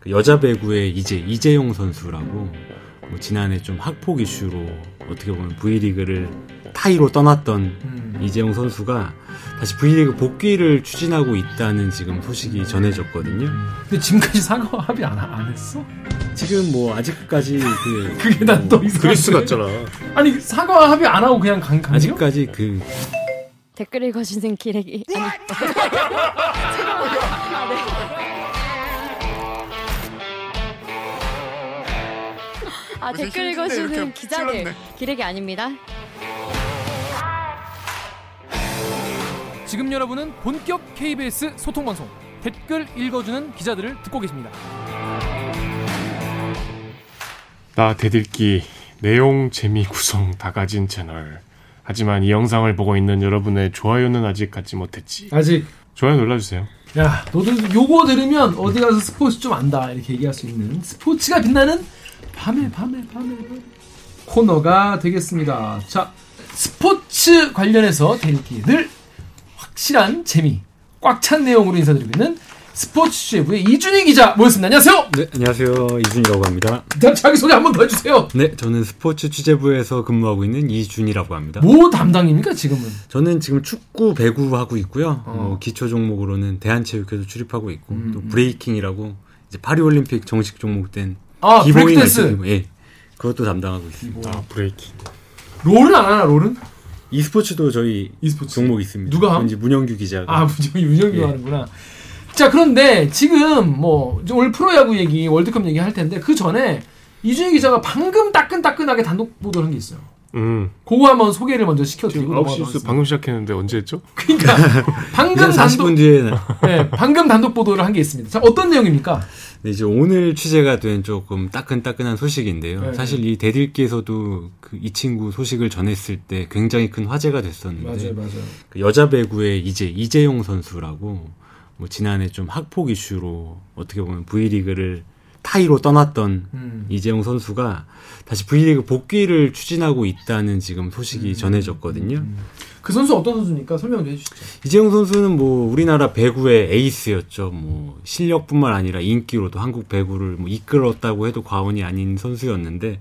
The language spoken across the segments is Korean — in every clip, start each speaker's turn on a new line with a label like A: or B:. A: 그 여자 배구의 이제 이재용 선수라고 뭐 지난해 좀 학폭 이슈로 어떻게 보면 V리그를 타이로 떠났던
B: 음.
A: 이재용 선수가 다시 V리그 복귀를 추진하고 있다는 지금 소식이 전해졌거든요.
B: 근데 지금까지 사과 합의 안, 안 했어?
A: 음. 지금 뭐 아직까지 그
B: 그게 난 또 이상한데.
C: 그리스 같잖아.
B: 아니 사과 합의 안 하고 그냥 간 간요?
A: 아직까지 그
D: 댓글 읽어주는 기레기
C: 네.
D: 아니 아 댓글
C: 무슨 힌트인데 이렇게
D: 읽어주는 기자들
C: 찔렀네.
D: 기레기 아닙니다
B: 지금 여러분은 본격 KBS 소통 방송 댓글 읽어주는 기자들을 듣고 계십니다.
C: 나 대들기 내용 재미 구성 다 가진 채널. 하지만 이 영상을 보고 있는 여러분의 좋아요는 아직 갖지 못했지.
B: 아직
C: 좋아요 눌러주세요.
B: 야 너도 요거 들으면 어디 가서 스포츠 좀 안다 이렇게 얘기할 수 있는 스포츠가 빛나는 밤에 밤에 밤에 밤에 코너가 되겠습니다. 자 스포츠 관련해서 대기 늘 확실한 재미 꽉 찬 내용으로 인사드리고 있는 스포츠 주의부의 이준희 기자 모였습니다. 안녕하세요.
A: 네, 안녕하세요. 이준이라고 합니다.
B: 일단 자기 소개 한번 더 해주세요.
A: 네, 저는 스포츠 취재부에서 근무하고 있는 이준이라고 합니다.
B: 뭐 담당입니까 지금은?
A: 저는 지금 축구, 배구 하고 있고요.
B: 어.
A: 뭐 기초 종목으로는 대한체육회도 출입하고 있고
B: 음,
A: 또 브레이킹이라고 이제 파리올림픽 정식 종목된
B: 아
A: 기본인
B: 브레이크댄스.
A: 알려드리고, 예, 그것도 담당하고 있습니다.
C: 아 브레이킹.
B: 롤은 안 하나
A: 네.
B: 롤은?
A: e스포츠도 저희
B: e스포츠.
A: 종목 있습니다.
B: 누가 함?
A: 그건 이제 문영규 기자가
B: 아, 무조건 윤정규
A: 예.
B: 하는구나. 자, 그런데 지금 뭐 이제 오늘 프로야구 얘기, 월드컵 얘기 할 텐데 그 전에 이준희 기자가 방금 따끈따끈하게 단독 보도를 한 게 있어요.
C: 음.
B: 그거 한번 소개를 먼저 시켜드리고
C: 지금 9시
B: 넘어가도록
C: 뉴스
B: 하겠습니다.
C: 방금 시작했는데 언제 했죠?
B: 그러니까 방금
A: 40분
B: 단독
A: 뒤에 나-
B: 네, 방금 단독 보도를 한 게 있습니다. 자, 어떤 내용입니까?
A: 네, 이제 오늘 취재가 된 조금 따끈따끈한 소식인데요.
B: 네.
A: 사실 이 대들기에서도 그 이 친구 소식을 전했을 때 굉장히 큰 화제가 됐었는데
B: 맞아요.
A: 그 여자 배구의 이제 이재용 선수라고 뭐 지난해 좀 학폭 이슈로 어떻게 보면 V리그를 타이로 떠났던
B: 음.
A: 이재용 선수가 다시 V리그 복귀를 추진하고 있다는 지금 소식이 전해졌거든요.
B: 그 선수 어떤 선수입니까? 설명 좀 해주시죠.
A: 이재용 선수는 뭐 우리나라 배구의 에이스였죠. 뭐 실력뿐만 아니라 인기로도 한국 배구를 뭐 이끌었다고 해도 과언이 아닌 선수였는데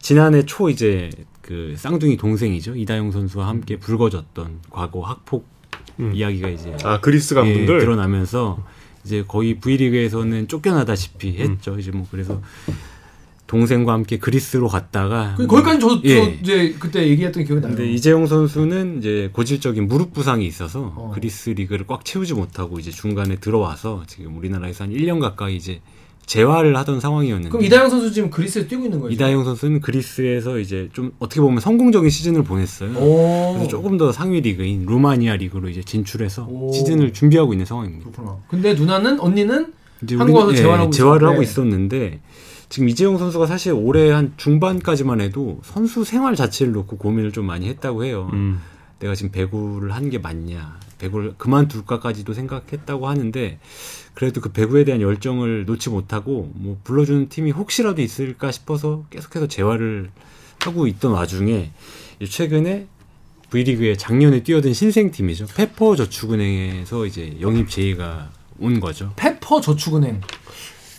A: 지난해 초 이제 그 쌍둥이 동생이죠 이다영 선수와 함께 불거졌던 과거 학폭
C: 음.
A: 이야기가 이제
C: 아 그리스
A: 예,
C: 간분들.
A: 드러나면서 이제 거의 V리그에서는 쫓겨나다시피
B: 음.
A: 했죠. 이제 뭐 그래서 동생과 함께 그리스로 갔다가
B: 그,
A: 뭐-
B: 거기까지 저, 저
A: 예.
B: 이제 그때 얘기했던 기억이 나요.
A: 근데 이재용 선수는 이제 고질적인 무릎 부상이 있어서
B: 어.
A: 그리스 리그를 꽉 채우지 못하고 이제 중간에 들어와서 지금 우리나라에서 한 1년 가까이 이제 재활을 하던 상황이었는데
B: 그럼 이다영 선수 지금 그리스에 뛰고 있는 거예요?
A: 이다영 선수는 그리스에서 이제 좀 어떻게 보면 성공적인 시즌을 보냈어요.
B: 오.
A: 그래서 조금 더 상위 리그인 루마니아 리그로 이제 진출해서
B: 오.
A: 시즌을 준비하고 있는 상황입니다.
B: 그렇구나. 근데 누나는 언니는
A: 이제
B: 한국 와서
A: 우리는- 예,
B: 재활하고
A: 재활을 하고
B: 있었는데.
A: 있었는데 지금 이재용 선수가 사실 올해 한 중반까지만 해도 선수 생활 자체를 놓고 고민을 좀 많이 했다고 해요.
C: 음.
A: 내가 지금 배구를 한 게 맞냐 배구를 그만둘까까지도 생각했다고 하는데 그래도 그 배구에 대한 열정을 놓지 못하고 뭐 불러주는 팀이 혹시라도 있을까 싶어서 계속해서 재활을 하고 있던 와중에 이제 최근에 V리그에 작년에 뛰어든 신생팀이죠 페퍼저축은행에서 이제 영입 제의가 온 거죠
B: 페퍼 저축은행.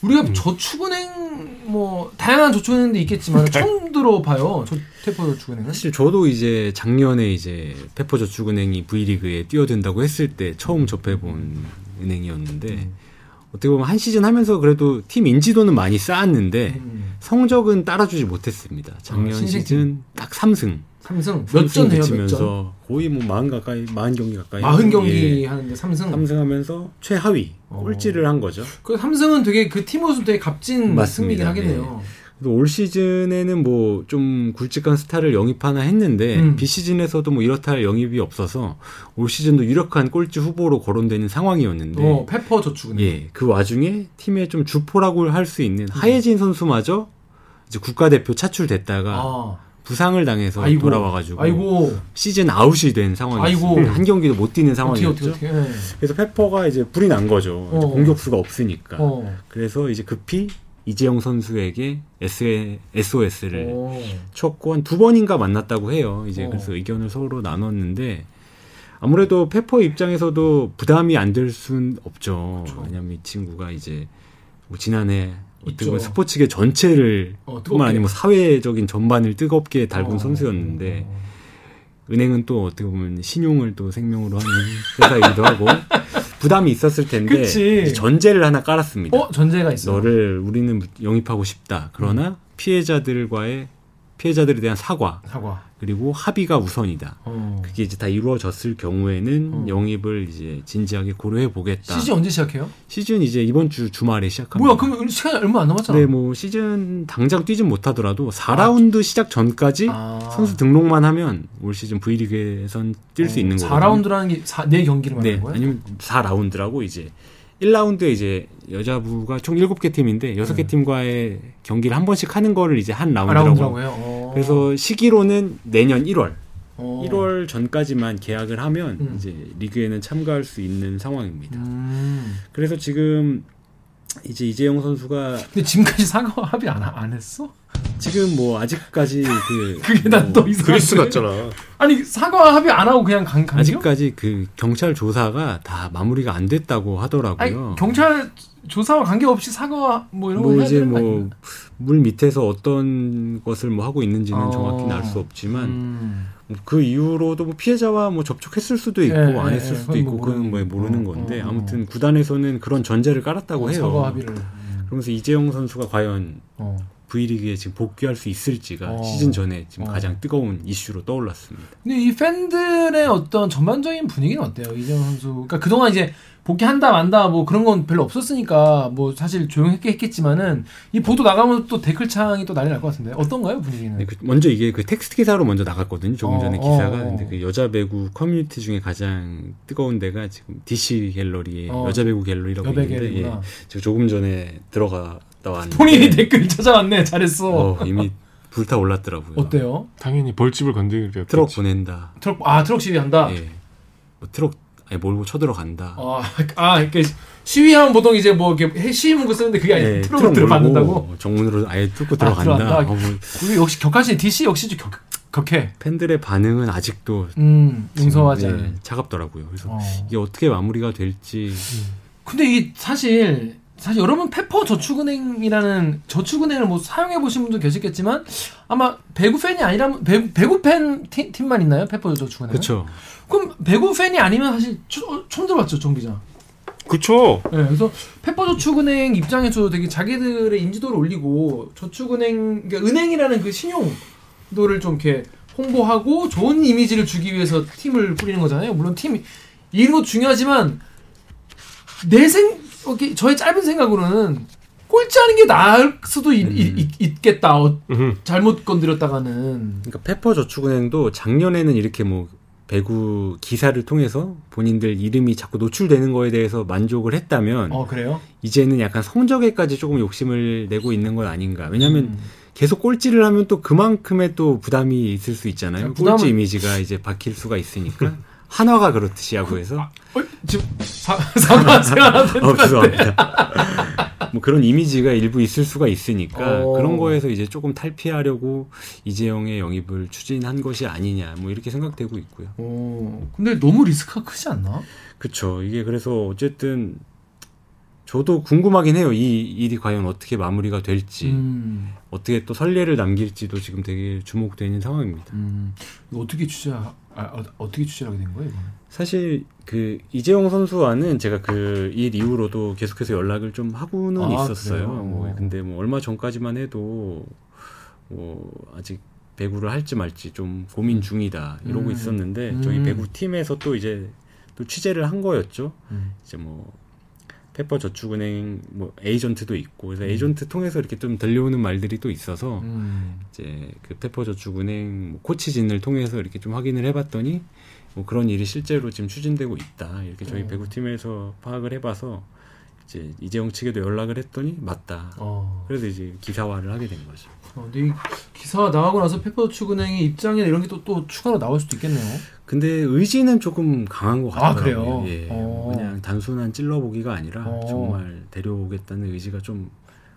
B: 우리가
A: 음.
B: 저축은행 뭐 다양한 저축은행도 있겠지만 처음 들어봐요. 저 페퍼 저축은행은.
A: 사실 저도 이제 작년에 이제 페퍼저축은행이 V리그에 뛰어든다고 했을 때 처음 접해본
B: 음.
A: 은행이었는데 어떻게 보면 한 시즌 하면서 그래도 팀 인지도는 많이 쌓았는데
B: 음.
A: 성적은 따라주지 못했습니다. 작년
B: 아, 신세계.
A: 시즌 딱 3승.
B: 삼성 몇전 해요? 몇 전?
A: 치면서 거의 뭐 40 가까이 40 경기 가까이
B: 마흔 경기
A: 예,
B: 하는데 삼성.
A: 3승 하면서 최하위
B: 어.
A: 꼴찌를 한 거죠.
B: 그 삼성은 되게 그 팀원수 되게 값진
A: 맞습니다.
B: 승리긴 하겠네요.
A: 그래도 올 시즌에는 뭐 좀 굵직한 스타를 영입하나 했는데
B: 음.
A: 비시즌에서도 뭐 이렇다 할 영입이 없어서 올 시즌도 유력한 꼴찌 후보로 거론되는 상황이었는데
B: 어 페퍼 저축은행.
A: 네. 예, 그 와중에 팀의 좀 주포라고 할 수
B: 음.
A: 있는 하예진 선수마저 이제 국가대표 차출됐다가
B: 아,
A: 부상을 당해서
B: 아이고.
A: 돌아와가지고
B: 아이고
A: 시즌 아웃이 된 상황이었습니다.
B: 아이고.
A: 한 경기도 못 뛰는
B: 어떻게
A: 상황이었죠.
B: 어떻게 어떻게. 예.
A: 그래서 페퍼가 이제 불이 난 거죠. 이제
B: 어.
A: 공격수가 없으니까.
B: 어.
A: 그래서 이제 급히 이재영 선수에게 SOS를
B: 어.
A: 쳤고 한 두 번인가 만났다고 해요. 이제
B: 어.
A: 그래서 의견을 서로 나눴는데 아무래도 페퍼 입장에서도 부담이 안 될 순 없죠. 왜냐면 이 친구가 이제 뭐 지난해 어떻게
B: 그렇죠. 있죠.
A: 보면 스포츠계 전체를
B: 어, 뜨겁게.
A: 뿐만 아니라 뭐 사회적인 전반을 뜨겁게 달군
B: 어.
A: 선수였는데 은행은 또 어떻게 보면 신용을 또 생명으로 하는 회사이기도 하고 부담이 있었을 텐데
B: 그치.
A: 이제 전제를 하나 깔았습니다.
B: 어 전제가 있어.
A: 너를 우리는 영입하고 싶다.
B: 음.
A: 그러나 피해자들과의 피해자들에 대한 사과
B: 사과.
A: 그리고 합의가 우선이다.
B: 어.
A: 그게 이제 다 이루어졌을 경우에는
B: 어.
A: 영입을 이제 진지하게 고려해 보겠다.
B: 시즌 언제 시작해요?
A: 시즌 이제 이번 주 주말에 시작합니다.
B: 뭐야 그럼 시간이 얼마 안 남았잖아.
A: 네, 뭐 시즌 당장 뛰진 못하더라도 4라운드 시작 전까지
B: 아.
A: 선수 등록만 하면 올 시즌 V리그에선 뛸 수
B: 어,
A: 있는 거예요.
B: 4라운드라는 게 사, 네 경기를 말하는
A: 네,
B: 거예요?
A: 아니면 4라운드라고 이제 1라운드에 이제 여자부가 총 7개 팀인데 6개 팀과의 경기를 한 번씩 하는 거를 이제 한
B: 아,
A: 라운드라고.
B: 네. 라운드라고 해요. 어.
A: 그래서 시기로는 내년 1월,
B: 어.
A: 1월 전까지만 계약을 하면
B: 음.
A: 이제 리그에는 참가할 수 있는 상황입니다.
B: 음.
A: 그래서 지금 이제 이재용 선수가
B: 근데 지금까지 사과 합의 안, 안 했어?
A: 지금 뭐 아직까지 그
B: 그게 난 또
A: 뭐
B: 이상해.
C: 그리스 같잖아.
B: 아니 사과 합의 안 하고 그냥 간 간지요?
A: 아직까지 그 경찰 조사가 다 마무리가 안 됐다고
B: 아니
A: 하더라고요.
B: 경찰 조사와 관계없이 사과 뭐 이런 거
A: 뭐
B: 해야
A: 이제
B: 되는 거
A: 뭐
B: 아닌가?
A: 물 밑에서 어떤 것을 뭐 하고 있는지는
B: 어.
A: 정확히는 알 수 없지만
B: 음.
A: 그 이후로도 뭐 피해자와 뭐 접촉했을 수도 있고
B: 예,
A: 안
B: 예,
A: 했을
B: 예,
A: 수도
B: 그건
A: 있고
B: 뭐
A: 그건 뭐 모르는
B: 모르는 거.
A: 건데
B: 어, 어.
A: 아무튼 구단에서는 그런 전제를 깔았다고
B: 어,
A: 해요.
B: 사과 합의를.
A: 그러면서 이재용 선수가 과연
B: 어.
A: V리그에 지금 복귀할 수 있을지가
B: 어.
A: 시즌 전에 지금
B: 어.
A: 가장 뜨거운 이슈로 떠올랐습니다.
B: 근데 이 팬들의 어떤 전반적인 분위기는 어때요? 이재용 선수. 그러니까 그동안 이제 복귀한다 만다 뭐 그런 건 별로 없었으니까 뭐 사실 조용했게 했겠지만은 이 보도 나가면 또 댓글창이 또 난리 날 것 같은데 어떤가요 분위기는?
A: 근데 그- 먼저 이게 그 텍스트 기사로 먼저 나갔거든요. 조금
B: 어,
A: 전에
B: 어,
A: 기사가
B: 어.
A: 근데 그 여자 배구 커뮤니티 중에 가장 뜨거운 데가 지금 DC 갤러리의
B: 어.
A: 여자 배구 갤러리라고 있는데 예.
B: 여백이구나.
A: 제가 조금 전에 들어갔다 왔는데
B: 본인이 댓글 찾아왔네. 잘했어.
A: 어, 이미 불타 올랐더라고요.
B: 어. 때요
C: 당연히 벌집을 건드렸겠지.
A: 트럭 보낸다.
B: 트럭 아 트럭 시위한다.
A: 예. 뭐 트럭 아니 몰고 쳐들어간다.
B: 아, 아, 그러니까 시위하면 보통 이제 뭐 이렇게 해- 시위 문구 쓰는데 그게 아니라
A: 예,
B: 그러니까 네, 트럭으로 들어받는다고.
A: 몰고 정문으로 아예 뚫고 들어간다.
B: 들어간다.
A: 어, 뭐
B: 그리고 역시 격하신 DC 역시 좀 격, 격해.
A: 팬들의 반응은 아직도
B: 음, 용서하지
A: 예,
B: 않는.
A: 차갑더라고요. 그래서
B: 어.
A: 이게 어떻게 마무리가 될지
B: 근데 이 사실 사실 여러분 페퍼 저축은행이라는 저축은행을 뭐 사용해 보신 분도 계시겠지만 아마 배구 팬이 아니라면 배구, 배구 팬 팀, 만 있나요? 페퍼 저축은행.
A: 그렇죠.
B: 그럼 배구 팬이 아니면 사실 처- 처음 들어봤죠, 종 기자.
C: 그쵸.
B: 네, 그래서 페퍼저축은행 입장에서도 되게 자기들의 인지도를 올리고 저축은행 그러니까 은행이라는 그 신용도를 좀 이렇게 홍보하고 좋은 이미지를 주기 위해서 팀을 꾸리는 거잖아요. 물론 팀 이름도 중요하지만 내생 이렇게 저의 짧은 생각으로는 꼴찌 하는 게 나을 수도 있, 있- 있- 있겠다. 어,
C: 음.
B: 잘못 건드렸다가는
A: 그러니까 페퍼 저축은행도 작년에는 이렇게 뭐 배구 기사를 통해서 본인들 이름이 자꾸 노출되는 거에 대해서 만족을 했다면
B: 어 그래요?
A: 이제는 약간 성적에까지 조금 욕심을 내고 있는 건 아닌가. 왜냐하면
B: 음.
A: 계속 꼴찌를 하면 또 그만큼의 또 부담이 있을 수 있잖아요.
B: 부담은-
A: 꼴찌 이미지가 이제 박힐 수가 있으니까. 한화가 그렇듯이 하고 해서
B: 어, 지금 사- 사과하세요.
A: 어, 죄송합니다. 뭐 그런 이미지가 일부 있을 수가 있으니까
B: 어.
A: 그런 거에서 이제 조금 탈피하려고 이재영의 영입을 추진한 것이 아니냐 뭐 이렇게 생각되고 있고요.
B: 오, 어, 근데 너무 리스크가 크지 않나?
A: 그쵸. 이게 그래서 어쨌든 저도 궁금하긴 해요. 이 일이 과연 어떻게 마무리가 될지,
B: 음.
A: 어떻게 또 선례를 남길지도 지금 되게 주목되는 상황입니다.
B: 음, 이거 어떻게 취재 아, 어, 어떻게 취재하게 된 거예요? 이거는?
A: 사실 그 이재용 선수와는 제가 그 일 이후로도 계속해서 연락을 좀 하고는
B: 아,
A: 있었어요.
B: 그래요?
A: 뭐 근데 뭐 얼마 전까지만 해도 뭐 아직 배구를 할지 말지 좀 고민 중이다 이러고
B: 음.
A: 있었는데
B: 음.
A: 저희 배구 팀에서 또 이제 또 취재를 한 거였죠.
B: 음.
A: 이제 뭐 페퍼 저축은행 뭐 에이전트도 있고 그래서 에이전트 통해서 이렇게 좀 들려오는 말들이 또 있어서
B: 음.
A: 이제 그 페퍼저축은행 뭐 코치진을 통해서 이렇게 좀 확인을 해봤더니 뭐 그런 일이 실제로 지금 추진되고 있다 이렇게 저희
B: 음.
A: 배구팀에서 파악을 해봐서 이제 이재용 측에도 연락을 했더니 맞다
B: 어.
A: 그래서 이제 기사화를 하게 된 거죠
B: 어, 근데 이 기사가 나가고 나서 페퍼축은행의 입장이나 이런 게 또 또 추가로 나올 수도 있겠네요.
A: 근데 의지는 조금 강한 것
B: 아,
A: 같더라고요
B: 그래요?
A: 예.
B: 어.
A: 그냥 단순한 찔러보기가 아니라
B: 어.
A: 정말 데려오겠다는 의지가 좀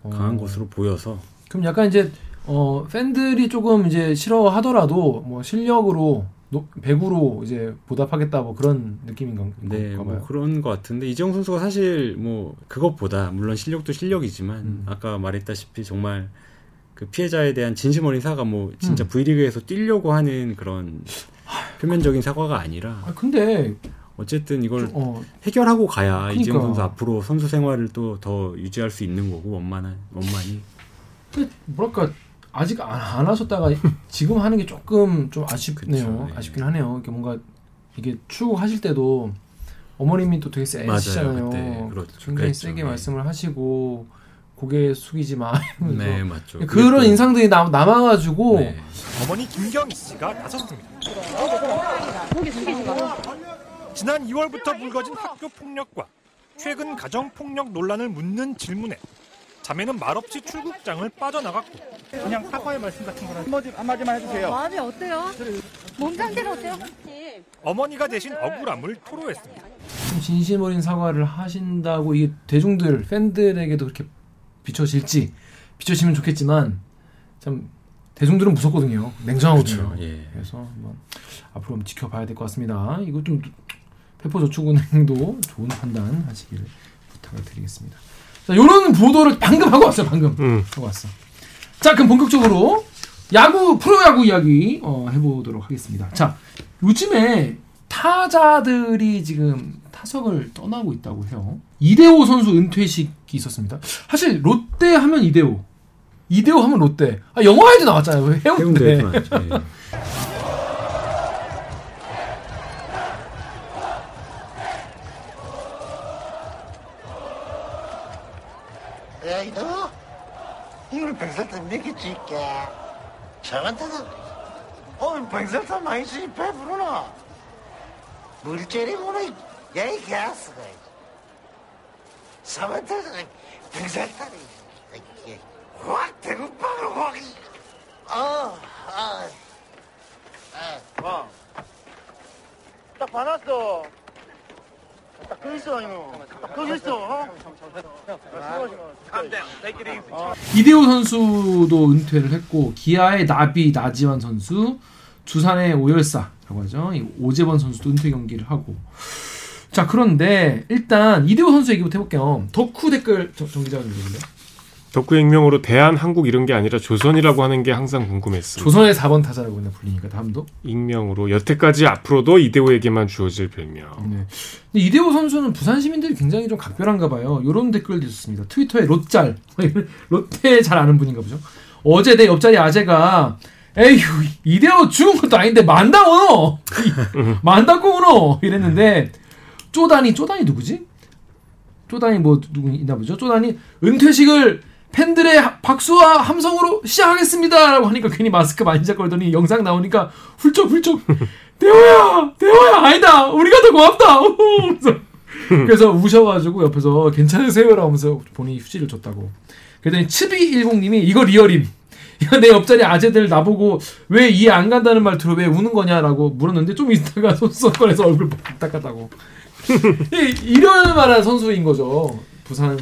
B: 어.
A: 강한 것으로 보여서
B: 그럼 약간 이제 어, 팬들이 조금 이제 싫어하더라도 뭐 실력으로 노- 배구로 이제 보답하겠다 뭐 그런 느낌인 건
A: 네,
B: 건가
A: 뭐
B: 봐요.
A: 그런 것 같은데 이정 선수가 사실 뭐 그것보다 물론 실력도 실력이지만
B: 음.
A: 아까 말했다시피 정말 그 피해자에 대한 진심 어린 사과 뭐
B: 음.
A: 진짜 V리그에서 뛰려고 하는 그런 표면적인 사과가 아니라
B: 아, 근데
A: 어쨌든 이걸
B: 좀, 어,
A: 해결하고 가야 이정
B: 그러니까.
A: 선수 앞으로 선수 생활을 또 더 유지할 수 있는 거고 원만한 원만히
B: 근데 뭐랄까 아직 안, 안 하셨다가 지금 하는 게 조금 좀 아쉽네요.
A: 그쵸, 네.
B: 아쉽긴 하네요. 이게 뭔가 이게 출국하실 때도 어머님이 또 되게
A: 맞아요,
B: 세시잖아요.
A: 그때 그렇-
B: 굉장히
A: 그랬죠,
B: 세게
A: 네.
B: 말씀을 하시고 고개 숙이지 마 이러면서
A: 네 맞죠
B: 그렇죠. 그런
A: 그게 또-
B: 인상들이 남, 남아가지고
A: 네.
E: 어머니 김경희 씨가 나섰습니다.
D: 속이 숙이지 마.
E: 지난 2월부터 불거진 학교 폭력과 최근 가정 폭력 논란을 묻는 질문에 자매는 말없이 출국장을 빠져나갔고
F: 그냥 사과의 말씀 같은 거라 한마디 한마디만 해주세요.
G: 마음이 아, 어때요? 몸 상태가 어때요?
E: 어머니가 대신 억울함을 토로했습니다.
B: 좀 진심 어린 사과를 하신다고 이게 대중들 팬들에게도 그렇게 비춰질지 비춰지면 좋겠지만 참 대중들은 무섭거든요. 냉정하거든요.
A: 그렇죠 예
B: 그래서 한번 앞으로 한번 지켜봐야 될 것 같습니다. 이거 좀 페퍼저축은행도 좋은 판단 하시길 부탁을 드리겠습니다. 자, 요런 보도를 방금 하고 왔어요. 방금
C: 음.
B: 하고 왔어. 자, 그럼 본격적으로 야구 프로야구 이야기 어, 해보도록 하겠습니다. 자, 요즘에 타자들이 지금 타석을 떠나고 있다고 해요. 이대호 선수 은퇴식이 있었습니다. 사실 롯데 하면 이대호, 이대호 하면 롯데. 아 영화에도 나왔잖아요. 해운대.
A: 해운대에 네. 죠 예.
H: 에이 너 이걸 백설탕 몇개 줄게 저한테는 오늘 백설탕 많이 주니 배부르나 물질이구나 야이 개아스가 사만테는 백설탕이 이렇게 확 대구빵으로 확 어, 어.
F: 딱 받았어. 딱 그랬어, 형. 딱 그랬어, 어?
B: 이대호 선수도 은퇴를 했고 기아의 나비 나지완 선수, 두산의 오열사라고 하죠. 이 오재범 선수도 은퇴 경기를 하고. 자 그런데 일단 이대호 선수 얘기부터 해볼게요. 덕후 댓글 정, 정 기자님 읽을래?
C: 덕후 익명으로 대한 한국 이런 게 아니라 조선이라고 하는 게 항상 궁금했습니다.
B: 조선의 4번 타자라고 그냥 불리니까 다음도.
C: 익명으로 여태까지 앞으로도 이대호에게만 주어질 별명.
B: 네. 근데 이대호 선수는 부산 시민들이 굉장히 좀 각별한가 봐요. 이런 댓글도 있었습니다. 트위터에 롯잘 롯데 잘 아는 분인가 보죠. 어제 내 옆자리 아재가 에휴 이대호 죽은 것도 아닌데 만다 오노 만다 꼬노 이랬는데 쪼다니 쪼다니 누구지? 쪼다니 뭐 누구 있나 보죠? 쪼다니 은퇴식을 팬들의 하- 박수와 함성으로 시작하겠습니다라고 하니까 괜히 마스크 만지작거리더니 영상 나오니까 훌쩍훌쩍 대호야 대호야 아니다 우리가 더 고맙다 우후! 하면서
A: 음.
B: 그래서 우셔가지고 옆에서 괜찮으세요라 하면서 본인이 휴지를 줬다고 그랬더니 츠비10님이 이거 리얼임 이거 내 옆자리 아재들 나보고 왜 이해 안 간다는 말 들어 왜 우는 거냐라고 물었는데 좀 있다가 손수건 꺼내서 얼굴 빡 닦았다고 이- 이럴 만한 선수인 거죠 부산의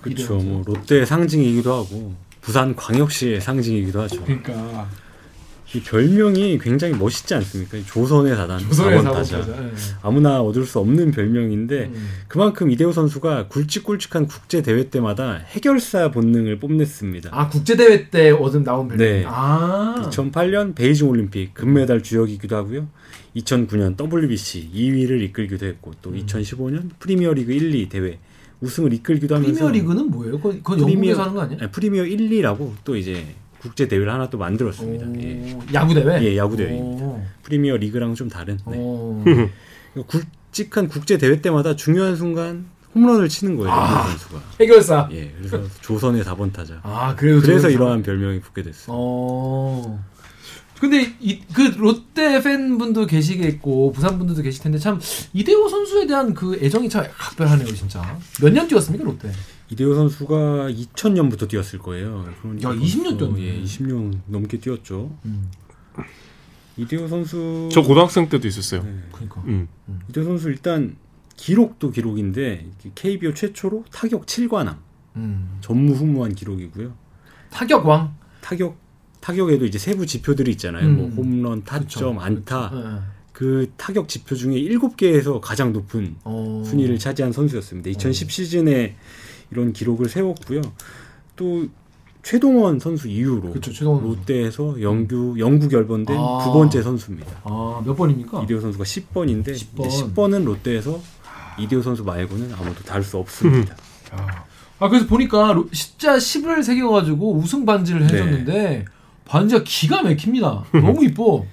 A: 그렇죠.
B: 이대호 선수.
A: 뭐 롯데의 상징이기도 하고 부산 광역시의 상징이기도 하죠.
B: 그러니까
A: 이 별명이 굉장히 멋있지 않습니까? 이 조선의 사단, 사원
B: 조선의 사고
A: 타자.
B: 타자 예.
A: 아무나 얻을 수 없는 별명인데
B: 음.
A: 그만큼 이대호 선수가 굵직굵직한 국제 대회 때마다 해결사 본능을 뽐냈습니다.
B: 아 국제 대회 때 얻은 나온 별명
A: 네.
B: 아
A: 2008년 베이징 올림픽 금메달 주역이기도 하고요. 2009년 WBC 2위를 이끌기도 했고 또
B: 음.
A: 2015년 프리미어리그 1, 2 대회 우승을 이끌기도 하면서
B: 프리미어 리그는 뭐예요? 그건, 그건 영국에서 하는 거 아니야?
A: 아니, 프리미어 1, 2라고 또 이제 국제 대회를 하나 또 만들었습니다. 예.
B: 야구 대회.
A: 예, 야구 대회.
B: 오.
A: 프리미어 리그랑 좀 다른. 네.
B: 오.
A: 굵직한 국제 대회 때마다 중요한 순간 홈런을 치는 거예요. 이대호 선수가.
B: 해결사.
A: 예, 그래서 조선의 4번 타자.
B: 아 그래도
A: 그래서
B: 저는-
A: 이러한 별명이 붙게 됐어요.
B: 어. 근데 이 그 롯데 팬분도 계시겠고 부산 분들도 계실 텐데 참 이대호 선수에 대한 그 애정이 참 각별하네요 진짜. 몇 년 뛰었습니까 롯데?
A: 이대호 선수가 2000년부터 뛰었을 거예요. 그러니까
B: 야, 20년
A: 벌써,
B: 뛰었네.
A: 예, 20년 넘게 뛰었죠.
B: 음.
A: 이대호 선수
C: 저 고등학생 때도 있었어요.
B: 그러니까.
C: 음.
A: 이대호 선수 일단 기록도 기록인데 이렇게 KBO 최초로 타격 7관왕
B: 음.
A: 전무후무한 기록이고요.
B: 타격왕.
A: 타격 타격에도 이제 세부 지표들이 있잖아요.
B: 음.
A: 뭐 홈런, 타점, 안타. 그
B: 예.
A: 타격 지표 중에 일곱 개에서 가장 높은
B: 어.
A: 순위를 차지한 선수였습니다. 2010 시즌에 이런 기록을 세웠고요. 또 최동원 선수 이후로
B: 그쵸, 최동원 선수.
A: 롯데에서 영규 영구 결번된
B: 아.
A: 두 번째 선수입니다.
B: 아, 몇 번입니까?
A: 이대호 선수가 10번인데
B: 10번.
A: 10번. 은 롯데에서 이대호 선수 말고는 아무도 다룰 수 없습니다.
B: 아, 그래서 보니까 로- 십자 10을 새겨가지고 우승 반지를 해줬는데 반지가 기가 막힙니다. 너무 이뻐.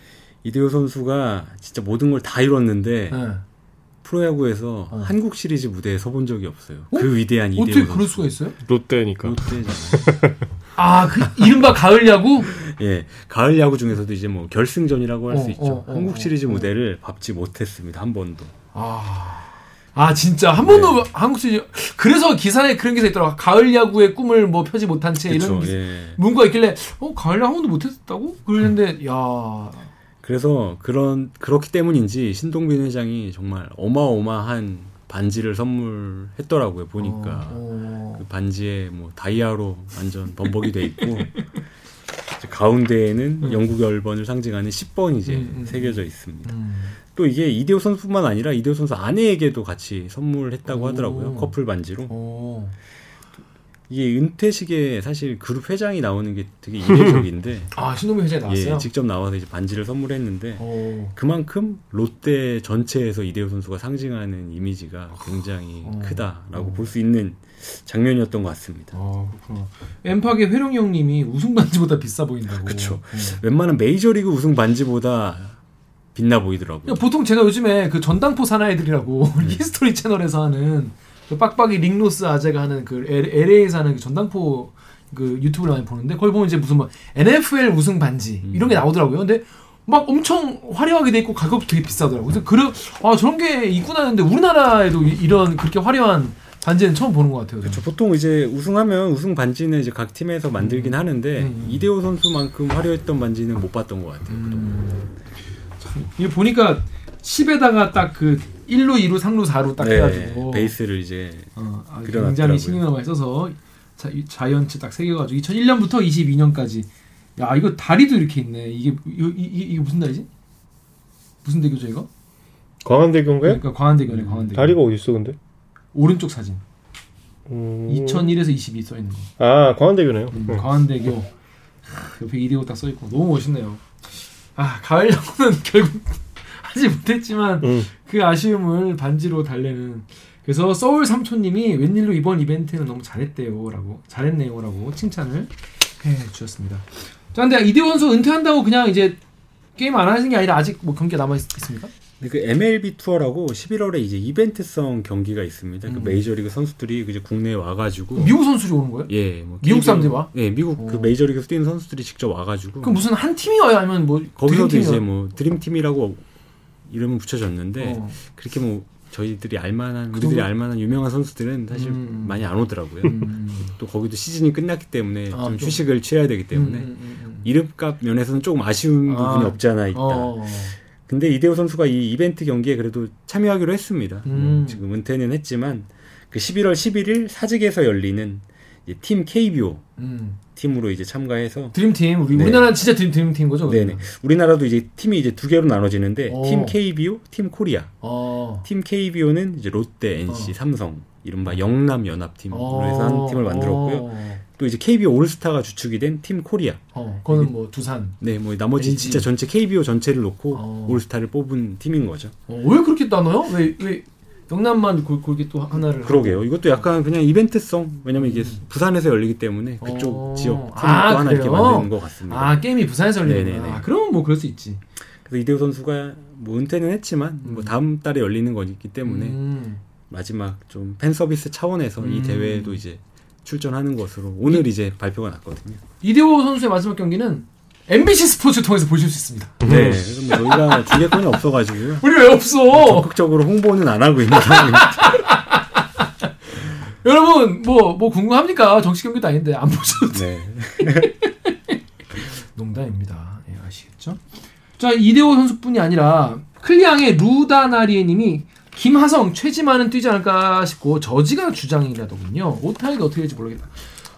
A: 이대호 선수가 진짜 모든 걸 다 이뤘는데
B: 예.
A: 프로야구에서
B: 어.
A: 한국 시리즈 무대에 서본 적이 없어요.
B: 어?
A: 그 위대한 이대호
B: 어떻게
A: 선수.
B: 그럴 수가 있어요?
C: 롯데니까.
A: 롯데잖아요.
B: 아, 그 이른바 가을 야구?
A: 예, 가을 야구 중에서도 이제 뭐 결승전이라고 할 수
B: 어,
A: 있죠.
B: 어, 어,
A: 한국
B: 어,
A: 시리즈 무대를 밟지 못했습니다 한 번도.
B: 아, 아 진짜 한
A: 네.
B: 번도 한국 시리즈 그래서 기사에 그런 기사 있더라고. 가을 야구의 꿈을 뭐 펴지 못한 채 이런
A: 그렇죠.
B: 기사-
A: 예.
B: 문구가 있길래 어 가을 야구 한 번도 못했다고?
A: 음.
B: 그랬는데 야.
A: 그래서 그런 그렇기 때문인지 신동빈 회장이 정말 어마어마한 반지를 선물했더라고요 보니까.
B: 어,
A: 그 반지에 뭐 다이아로 완전 범벅이 돼 있고 이제 가운데에는 영국 열번을 상징하는 10번이 이제
B: 음, 음,
A: 새겨져 있습니다.
B: 음.
A: 또 이게 이대호 선수뿐만 아니라 이대호 선수 아내에게도 같이 선물했다고
B: 오.
A: 하더라고요. 커플 반지로.
B: 어.
A: 이게 은퇴식에 사실 그룹 회장이 나오는 게 되게 이례적인데
B: 아 신동민 회장에 나왔어요.
A: 예, 직접 나와서 이제 반지를 선물했는데
B: 어.
A: 그만큼 롯데 전체에서 이대호 선수가 상징하는 이미지가 굉장히
B: 어.
A: 크다라고 볼 수 있는 장면이었던 것 같습니다.
B: 아 그렇구나. 엠팍의 회룡 형님이 우승 반지보다 비싸 보인다고.
A: 그쵸.
B: 어.
A: 웬만한 메이저리그 우승 반지보다 빛나 보이더라고요.
B: 그러니까 보통 제가 요즘에 그 전당포 사나이들이라고
A: 네.
B: 히스토리 채널에서 하는 그 빡빡이 링로스 아재가 하는 그 LA에 사는 그 전당포 그 유튜브를 많이 보는데 거기 보면 이제 무슨 뭐 막 NFL 우승 반지
A: 음.
B: 이런 게 나오더라고요. 근데 막 엄청 화려하게 돼 있고 가격도 되게 비싸더라고요. 그래서 그런 아 저런 게 있구나 했는데 우리나라에도 이- 이런 그렇게 화려한 반지는 처음 보는 것 같아요. 저는.
A: 저 보통 이제 우승하면 우승 반지는 이제 각 팀에서 만들긴 하는데
B: 음.
A: 이대호 선수만큼 화려했던 반지는 못 봤던 것 같아요.
B: 이거 보니까 10에다가 딱 그 1루, 2루, 3루, 4루 딱 해가지고
A: 네, 베이스를 이제
B: 어, 아,
A: 그려놨더라고요.
B: 굉장히 신경을 많이 써서 자, 이 자이언츠 딱 새겨가지고 2001년부터 22년까지 야 이거 다리도 이렇게 있네 이게 이거, 이게 무슨 다리지? 무슨 대교죠 이거?
C: 광안대교인가요?
B: 그러니까
A: 음,
B: 광안대교네 광안대교
C: 다리가 어디 있어 근데?
B: 오른쪽 사진
C: 음...
B: 2001에서 22 써있는 거
C: 아 광안대교네요.
B: 음,
C: 응.
B: 광안대교 하, 옆에 이대호 딱 써있고 너무 멋있네요 아 가을 야구는 결국 하지 못했지만
C: 응.
A: 음.
B: 그 아쉬움을 반지로 달래는 그래서 서울 삼촌님이 웬일로 이번 이벤트는 너무 잘했대요라고 잘했네요라고 칭찬을 해 주셨습니다. 자 근데 이대호 선수 은퇴한다고 그냥 이제 게임 안 하는 게 아니라 아직 뭐 경기 남아 있, 습니까
A: 근데 그 MLB 투어라고 11월에 이제 이벤트성 경기가 있습니다. 그 메이저리그 선수들이 이제 국내에 와가지고
B: 음. 미국 선수들이 오는 거예요?
A: 예, 뭐
B: 미국
A: KBO
B: 사람들이 와?
A: 예, 미국 그
B: 오.
A: 메이저리그 뛰는 선수들이 직접 와가지고
B: 그럼 무슨 한 팀이어야 하면 뭐
A: 거기서도
B: 드림팀이어야-
A: 이제 뭐 드림팀이라고 이름을 붙여줬는데
B: 어.
A: 그렇게 뭐 저희들이 알만한
B: 그
A: 우리들이
B: 정도?
A: 알만한 유명한 선수들은 사실
B: 음.
A: 많이 안 오더라고요.
B: 음,
A: 또 거기도 시즌이 끝났기 때문에
B: 아,
A: 좀
B: 좀.
A: 휴식을 취해야 되기 때문에
B: 음, 음, 음,
A: 이름값 면에서는 조금 아쉬운
B: 아.
A: 부분이 없지 않아
B: 음.
A: 있다.
B: 어,
A: 근데 이대호 선수가 이 이벤트 경기에 그래도 참여하기로 했습니다.
B: 음.
A: 뭐 지금 은퇴는 했지만 그 11월 11일 사직에서 열리는 이제 팀 KBO
B: 음.
A: 팀으로 이제 참가해서
B: 드림팀 우리
A: 네.
B: 우리나라 는 진짜 드림 드림팀인 거죠?
A: 네네. 우리나라도 이제 팀이 이제 두 개로 나눠지는데
B: 어.
A: 팀 KBO, 팀 코리아.
B: 어.
A: 팀 KBO는 이제 롯데, NC,
B: 어.
A: 삼성 이른바 영남 연합팀으로 해서 한 팀을 만들었고요.
B: 어.
A: 또 이제 KBO 올스타가 주축이 된 팀 코리아.
B: 어, 그거는 뭐 두산.
A: 네, 뭐 나머지
B: LG.
A: 진짜 전체 KBO 전체를 놓고
B: 어.
A: 올스타를 뽑은 팀인 거죠.
B: 어, 왜 그렇게 나눠요? 왜, 왜 영남만 골, 골게 또 하나를
A: 그러게요. 이것도 약간 그냥 이벤트성. 왜냐면 이게 부산에서 열리기 때문에 그쪽
B: 음. 어.
A: 지역 팀을
B: 아,
A: 또 하나 이렇게
B: 그래요?
A: 만드는 것
B: 하고?
A: 같습니다.
B: 아 게임이 부산에서 열리는
A: 네네네.
B: 아, 그러면 뭐 그럴 수 있지
A: 그래서 이대호 선수가 뭐 은퇴는 했지만 뭐 다음 달에 열리는 거기 때문에
B: 음.
A: 마지막 좀 팬 서비스 차원에서 이
B: 음.
A: 대회에도 이제 출전하는 것으로 오늘 이제 발표가 났거든요.
B: 이대호 선수의 마지막 경기는 MBC 스포츠 통해서 보실 수 있습니다
A: 네. 그래서 뭐 저희가 중계권이 없어가지고요.
B: 우리 왜 없어
A: 적극적으로 홍보는 안 하고 있는 상황입니다.
B: 여러분 뭐 뭐 궁금합니까 정식 경기도 아닌데 안 보셔도 돼
A: 네.
B: 농담입니다 예, 아시겠죠 자 이대호 선수뿐이 아니라 클리앙의 루다나리에님이 김하성 최지만은 뛰지 않을까 싶고 저지가 주장이라더군요 오타이도 어떻게 될지 모르겠다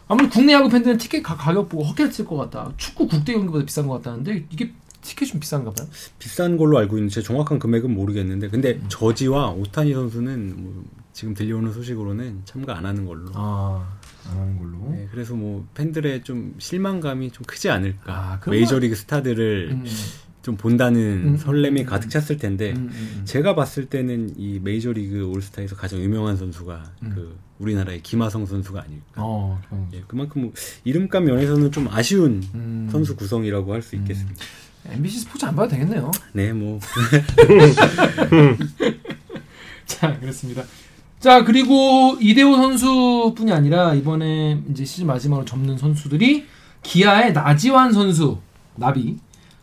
B: 아무리 국내 야구 팬들은 티켓 가, 격 보고 헛개를 칠것 같다. 축구 국대 경기보다 비싼 것 같다는데 이게 티켓이 좀 비싼가 봐요.
A: 비싼 걸로 알고 있는데 제 정확한 금액은 모르겠는데 근데
B: 음.
A: 저지와 오타니 선수는 뭐 지금 들려오는 소식으로는 참가 안 하는 걸로.
B: 아, 안 하는 걸로.
A: 네, 그래서 뭐 팬들의 좀 실망감이 좀 크지 않을까.
B: 아, 그건-
A: 메이저리그 스타들을
B: 음,
A: 좀 본다는
B: 음,
A: 설렘이
B: 음,
A: 가득 찼을 텐데
B: 음, 음,
A: 제가 봤을 때는 이 메이저리그 올스타에서 가장 유명한 선수가
B: 음.
A: 그 우리나라의 김하성 선수가 아닐까.
B: 어, 그런
A: 예, 그만큼 뭐 이름값 면에서는 좀 아쉬운
B: 음.
A: 선수 구성이라고 할 수 있겠습니다.
B: MBC 스포츠 안 봐도 되겠네요.
A: 네, 뭐
B: 자, 그렇습니다. 자, 그리고 이대호 선수뿐이 아니라 이번에 이제 시즌 마지막으로 접는 선수들이 기아의 나지환 선수, 나비,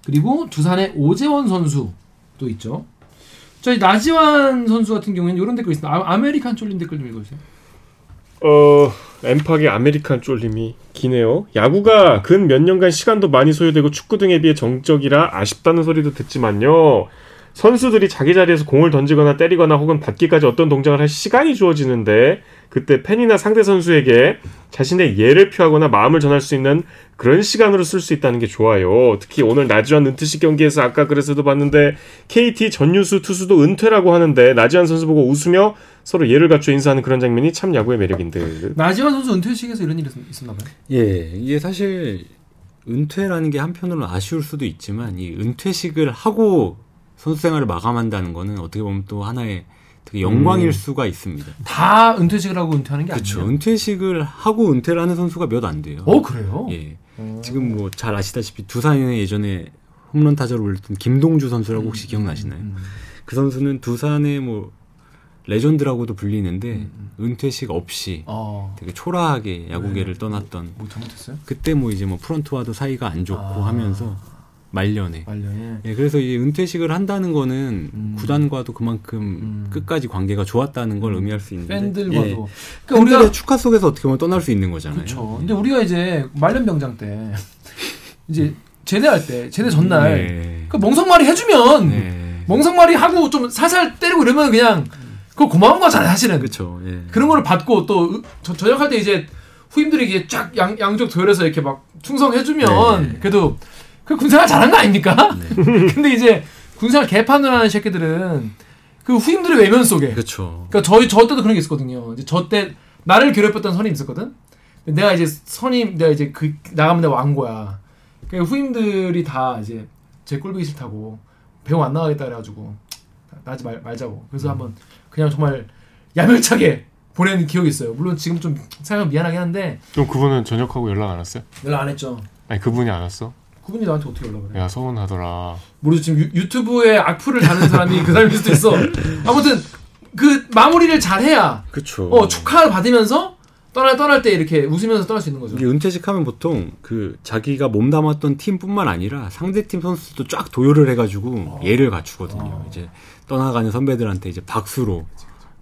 B: 그리고 두산의 오재원 선수 또 있죠. 저희 나지환 선수 같은 경우에는 이런 댓글 있습니다. 아, 아메리칸 쫄림 댓글 좀 읽어주세요.
C: 어, 엠팍의 아메리칸 쫄림이 기네요. 야구가 근 몇 년간 시간도 많이 소요되고 축구 등에 비해 정적이라 아쉽다는 소리도 듣지만요. 선수들이 자기 자리에서 공을 던지거나 때리거나 혹은 받기까지 어떤 동작을 할 시간이 주어지는데 그때 팬이나 상대 선수에게 자신의 예를 표하거나 마음을 전할 수 있는 그런 시간으로 쓸 수 있다는 게 좋아요. 특히 오늘 나지환 은퇴식 경기에서 아까 그래서도 봤는데 KT 전유수 투수도 은퇴라고 하는데 나지환 선수 보고 웃으며 서로 예를 갖춰 인사하는 그런 장면이 참 야구의 매력인데.
B: 나지환 선수 은퇴식에서 이런 일이 있- 있었나 봐요.
A: 예, 이게 사실 은퇴라는 게 한편으로는 아쉬울 수도 있지만 이 은퇴식을 하고 선수 생활을 마감한다는 거는 어떻게 보면 또 하나의 되게 영광일 수가 있습니다.
B: 다 은퇴식을 하고 은퇴하는 게
A: 그렇죠.
B: 아니에요.
A: 은퇴식을 하고 은퇴를 하는 선수가 몇 안 돼요.
B: 어, 그래요?
A: 예. 지금 뭐 잘 아시다시피 두산에 예전에 홈런 타자로 올렸던 김동주 선수라고 혹시 기억나시나요? 그 선수는 두산의 뭐 레전드라고도 불리는데 은퇴식 없이
B: 어,
A: 되게 초라하게 야구계를 떠났던
B: 뭐 잘못했어요?
A: 그때 뭐 이제 뭐 프런트와도 사이가 안 좋고
B: 아.
A: 하면서 말년에
B: 말년에.
A: 예, 그래서 이 은퇴식을 한다는 거는
B: 음.
A: 구단과도 그만큼
B: 음.
A: 끝까지 관계가 좋았다는 걸 의미할 수 있는데
B: 팬들과도.
A: 예,
B: 그러니까 우리가
A: 팬들의 축하 속에서 어떻게 보면 떠날 수 있는 거잖아요.
B: 그렇죠. 근데 우리가 이제 말년병장 때 이제 제대할 때 제대 전날 뭐
A: 네.
B: 그 멍석말이 해주면
A: 네.
B: 멍석말이 하고 좀 살살 때리고 이러면 그냥 그거 고마운 거잖아요 사실은
A: 그렇죠. 예.
B: 그런 거를 받고 또 으- 저- 저녁할 때 이제 후임들이 이제 쫙 양, 양쪽 도열해서 이렇게 막 충성해주면
A: 네.
B: 그래도 그 군생활 잘한 거 아닙니까? 근데 이제 군생활 개판을 하는 새끼들은 그 후임들의 외면 속에
A: 그렇죠.
B: 그러니까 저희 저 때도 그런 게 있었거든요. 이제 저 때 나를 괴롭혔던 선임 있었거든. 근데 내가 이제 선임 내가 이제 그 나가면 내가 왕고야. 그 후임들이 다 이제 제 꼴보기 싫다고 배우 안 나가겠다 그래가지고 나지 말 말자고. 그래서 한번 그냥 정말 야멸차게 보낸 기억이 있어요. 물론 지금 좀 생각하면 미안하긴 한데
C: 그럼 그분은 저녁하고 연락 안 왔어요?
B: 연락 안 했죠.
C: 아니 그분이 안 왔어?
B: 그분이 나한테 어떻게 연락을 해?
C: 야 서운하더라.
B: 모르죠. 지금 유, 유튜브에 악플을 다는 사람이 그 사람일 수도 있어. 아무튼 그 마무리를 잘해야
A: 그렇죠.
B: 어 축하를 받으면서 떠날 떠날 때 이렇게 웃으면서 떠날 수 있는 거죠.
A: 이게 은퇴식하면 보통 그 자기가 몸담았던 팀뿐만 아니라 상대 팀 선수도 쫙 도요를 해가지고 예를 갖추거든요. 이제 떠나가는 선배들한테 이제 박수로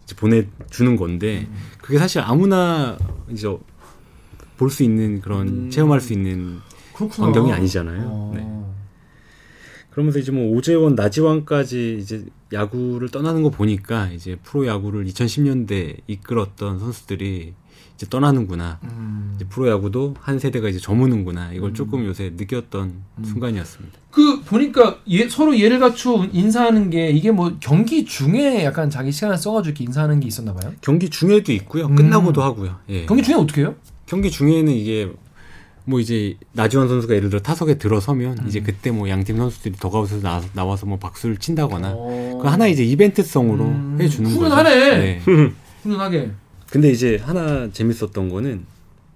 A: 이제 보내주는 건데 그게 사실 아무나 이제 볼 수 있는 그런 체험할 수 있는
B: 그렇구나.
A: 광경이 아니잖아요.
B: 어.
A: 네. 그러면서 이제 뭐 오재원, 나지원까지 이제 야구를 떠나는 거 보니까 이제 프로 야구를 2010년대 이끌었던 선수들이 이제 떠나는구나.
B: 음.
A: 이제 프로 야구도 한 세대가 이제 저무는구나. 이걸 조금 요새 느꼈던
B: 음.
A: 순간이었습니다.
B: 그 보니까 예, 서로 예를 갖추어 인사하는 게 이게 뭐 경기 중에 약간 자기 시간을 써가지고 이렇게 인사하는 게 있었나 봐요.
A: 경기 중에도 있고요.
B: 음.
A: 끝나고도 하고요. 예.
B: 경기 중에 어떻게 해요?
A: 경기 중에는 이게 뭐 이제 나지원 선수가 예를 들어 타석에 들어서면
B: 음.
A: 이제 그때 뭐 양 팀 선수들이 더가웃에서 나, 나와서 뭐 박수를 친다거나 그 하나 이제 이벤트성으로
B: 어. 음.
A: 해주는 거죠.
B: 훈훈하네.
A: 네.
B: 훈훈하게.
A: 근데 이제 하나 재밌었던 거는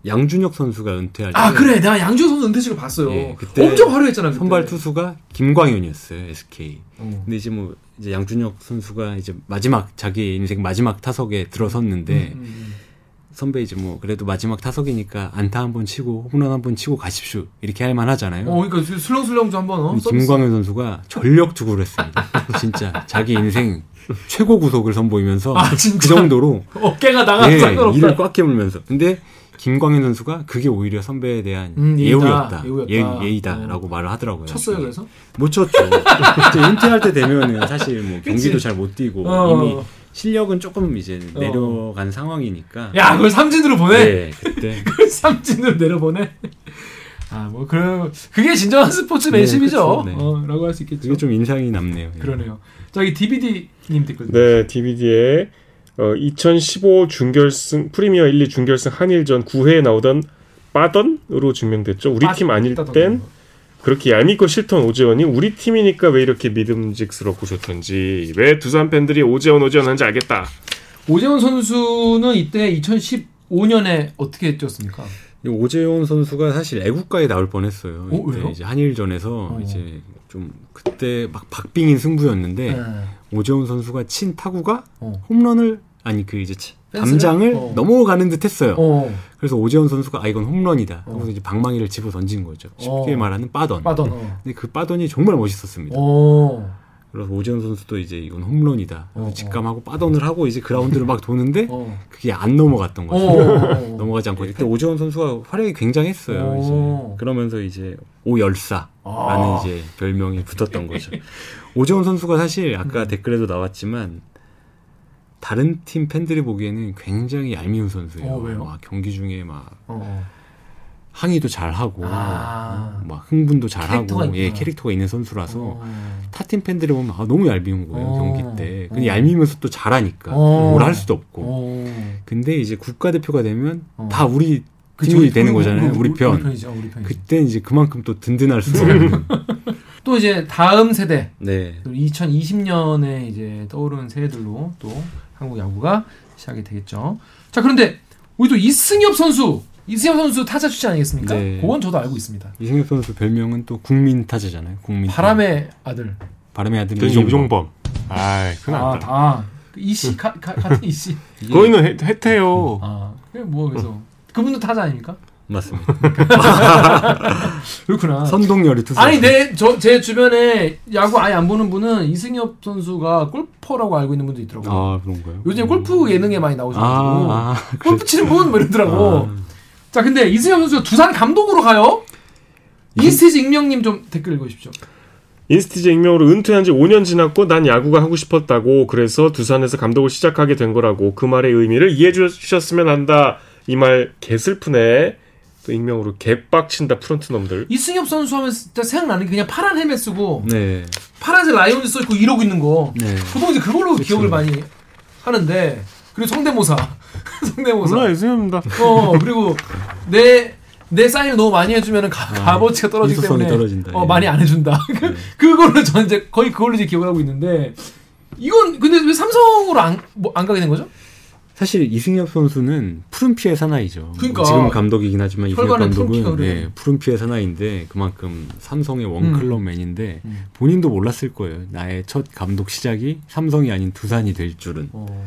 A: 양준혁 선수가 은퇴할 때
B: 아 그래, 내가 양준 선수 은퇴식을 봤어요.
A: 예, 그때
B: 엄청 화려했잖아. 그때.
A: 선발 투수가 김광현이었어요 SK.
B: 어.
A: 근데 이제 뭐 이제 양준혁 선수가 이제 마지막 자기 인생 마지막 타석에 들어섰는데
B: 음,
A: 선배 이제 뭐 그래도 마지막 타석이니까 안타 한 번 치고 홈런 한 번 치고 가십시오 이렇게 할 만하잖아요.
B: 어, 그러니까 슬- 슬렁슬렁 좀 한번. 어?
A: 근데 김광현 선수가 전력 투구를 했습니다. 진짜 자기 인생 최고 구속을 선보이면서
B: 아, 진짜?
A: 그 정도로
B: 어깨가 나가
A: 예,
B: 아, 상관없다.
A: 이를 꽉 깨물면서. 근데 김광현 선수가 그게 오히려 선배에 대한
B: 음, 예의다,
A: 예우였다,
B: 예우였다.
A: 예, 의다라고 말을 하더라고요. 예.
B: 쳤어요 그래서.
A: 못 쳤죠. 이제 은퇴할 때 되면은 사실 뭐 경기도
B: 그치.
A: 잘 못 뛰고
B: 어.
A: 이미 실력은 조금 이제
B: 어.
A: 내려간 상황이니까.
B: 야, 그걸 삼진으로 보내.
A: 네, 그때
B: 그걸 삼진으로 내려보내. 아, 뭐 그런 그게 진정한 스포츠
A: 네, 그쵸,
B: 매심이죠.
A: 네.
B: 어, 라고 할 수
A: 그게
B: 있겠죠.
A: 좀 인상이 남네요. 예.
B: 그러네요. 저기 DVD 님 댓글.
C: 네, DVD에 2015 어, 중결승 프리미어 1, 2 중결승 한일전 9회에 나오던 빠던으로 증명됐죠. 우리 팀 아닐 땐 그렇게 얄밉고 싫던 오재원이 우리 팀이니까 왜 이렇게 믿음직스럽고 좋던지 왜 두산 팬들이 오재원 오재원 하는지 알겠다.
B: 오재원 선수는 이때 2015년에 어떻게 뛰었습니까?
A: 이 오재훈 선수가 사실 애국가에 나올 뻔했어요.
B: 어,
A: 이때
B: 왜요?
A: 이제 한일전에서
B: 어.
A: 이제 좀 그때 막 박빙인 승부였는데
B: 네.
A: 오재훈 선수가 친 타구가
B: 어.
A: 홈런을 아니 그 이제 치-
B: 펜스를?
A: 담장을
B: 어.
A: 넘어가는 듯했어요.
B: 어,
A: 그래서 오재훈 선수가 아 이건 홈런이다.
B: 어.
A: 하고서 이제 방망이를 집어 던진 거죠. 쉽게
B: 어.
A: 말하는 빠던.
B: 빠던. 어.
A: 근데 그 빠던이 정말 멋있었습니다.
B: 어.
A: 그래서 오재훈 선수도 이제 이건 홈런이다.
B: 어, 어.
A: 직감하고 빠던을 하고 이제 그라운드를 막 도는데
B: 어.
A: 그게 안 넘어갔던
B: 어.
A: 거죠.
B: 어.
A: 넘어가지 않고 그때 오재원 선수가 활약이 굉장했어요.
B: 오.
A: 이제 그러면서 이제 오열사라는
B: 아.
A: 이제 별명이 붙었던 거죠. 오재원 선수가 사실 아까
B: 음.
A: 댓글에도 나왔지만 다른 팀 팬들이 보기에는 굉장히 얄미운 선수예요.
B: 어, 왜요?
A: 막 경기 중에 막
B: 어.
A: 항의도 잘하고 어,
B: 아.
A: 막 흥분도 잘하고
B: 캐릭터가
A: 예
B: 있구나.
A: 캐릭터가 있는 선수라서
B: 어.
A: 타팀 팬들이 보면 아, 너무 얄미운 거예요
B: 어.
A: 경기 때. 근데
B: 어.
A: 얄미우면서 또 잘하니까
B: 어.
A: 뭘 할 수도 없고.
B: 어.
A: 근데 이제 국가대표가 되면
B: 어.
A: 다 우리
B: 그쵸,
A: 팀이 되는 거잖아요. 우리,
B: 우리
A: 편.
B: 편이죠. 네. 우리 편이죠.
A: 그때 이제 그만큼 또 든든할 수가 있는.
B: 또 이제 다음 세대
A: 네.
B: 2020년에 이제 떠오르는 새해들로 또 한국 야구가 시작이 되겠죠. 자 그런데 우리 또 이승엽 선수, 이승엽 선수 타자 출신 아니겠습니까?
A: 네.
B: 그건 저도 알고 있습니다.
A: 이승엽 선수 별명은 또 국민 타자잖아요. 국민.
B: 바람의 아들.
A: 타자. 바람의 아들
C: 이종범. 아, 그건
A: 네.
B: 아,
C: 안다. 예.
B: 다. 그 이씨 가, 가, 같은 이씨.
A: 예.
C: 거기는 해- 해태요.
B: 아, 그게 뭐
A: 어.
B: 그래서 그분도 타자 아닙니까?
A: 맞습니다.
B: 그렇구나.
A: 선동열이 투수.
B: 아니 네. 내 저 제 주변에 야구 아예 안 보는 분은 이승엽 선수가 골퍼라고 알고 있는 분도 있더라고요.
A: 아 그런가요?
B: 요즘 골프 예능에 많이 나오셔가지고
A: 아, 아 그래.
B: 골프 치는 분 뭐 이러더라고.
A: 아.
B: 자, 근데 이승엽 선수가 두산 감독으로 가요. 이스티즈 익명님 좀 댓글 읽어주십시오.
C: 인스티즈 익명으로 은퇴한 지 5년 지났고 난 야구가 하고 싶었다고 그래서 두산에서 감독을 시작하게 된 거라고 그 말의 의미를 이해해 주- 주셨으면 한다 이 말 개슬프네 또 익명으로 개빡친다 프론트 놈들
B: 이승엽 선수 하면 진짜 생각나는 게 그냥 파란 헬멧 쓰고
A: 네.
B: 파란색 라이온즈 써 있고 이러고 있는 거.
A: 네.
B: 보통 이제 그걸로 기억을 많이 하는데 그리고 성대모사, 성대모사.
C: 예수입니다
B: 어 그리고 내 내 사인을 너무 많이 해주면 가, 값어치가
A: 아,
B: 떨어지기
A: 인수성이
B: 때문에
A: 떨어진다, 네.
B: 어,
A: 예.
B: 많이 안 해준다 그- 그걸로 저는 이제 거의 그걸로 이제 기억을 하고 있는데 이건 근데 왜 삼성으로 안, 뭐, 안 가게 된 거죠?
A: 사실 이승엽 선수는 푸른 피의 사나이죠.
B: 그러니까.
A: 지금 감독이긴 하지만 이승엽
B: 혈관에 푸른 피가
A: 감독은
B: 흐르네. 음.
A: 네, 푸른 피의 사나이인데 그만큼 삼성의 원클럽맨인데 본인도 몰랐을 거예요. 나의 첫 감독 시작이 삼성이 아닌 두산이 될 줄은.
B: 어.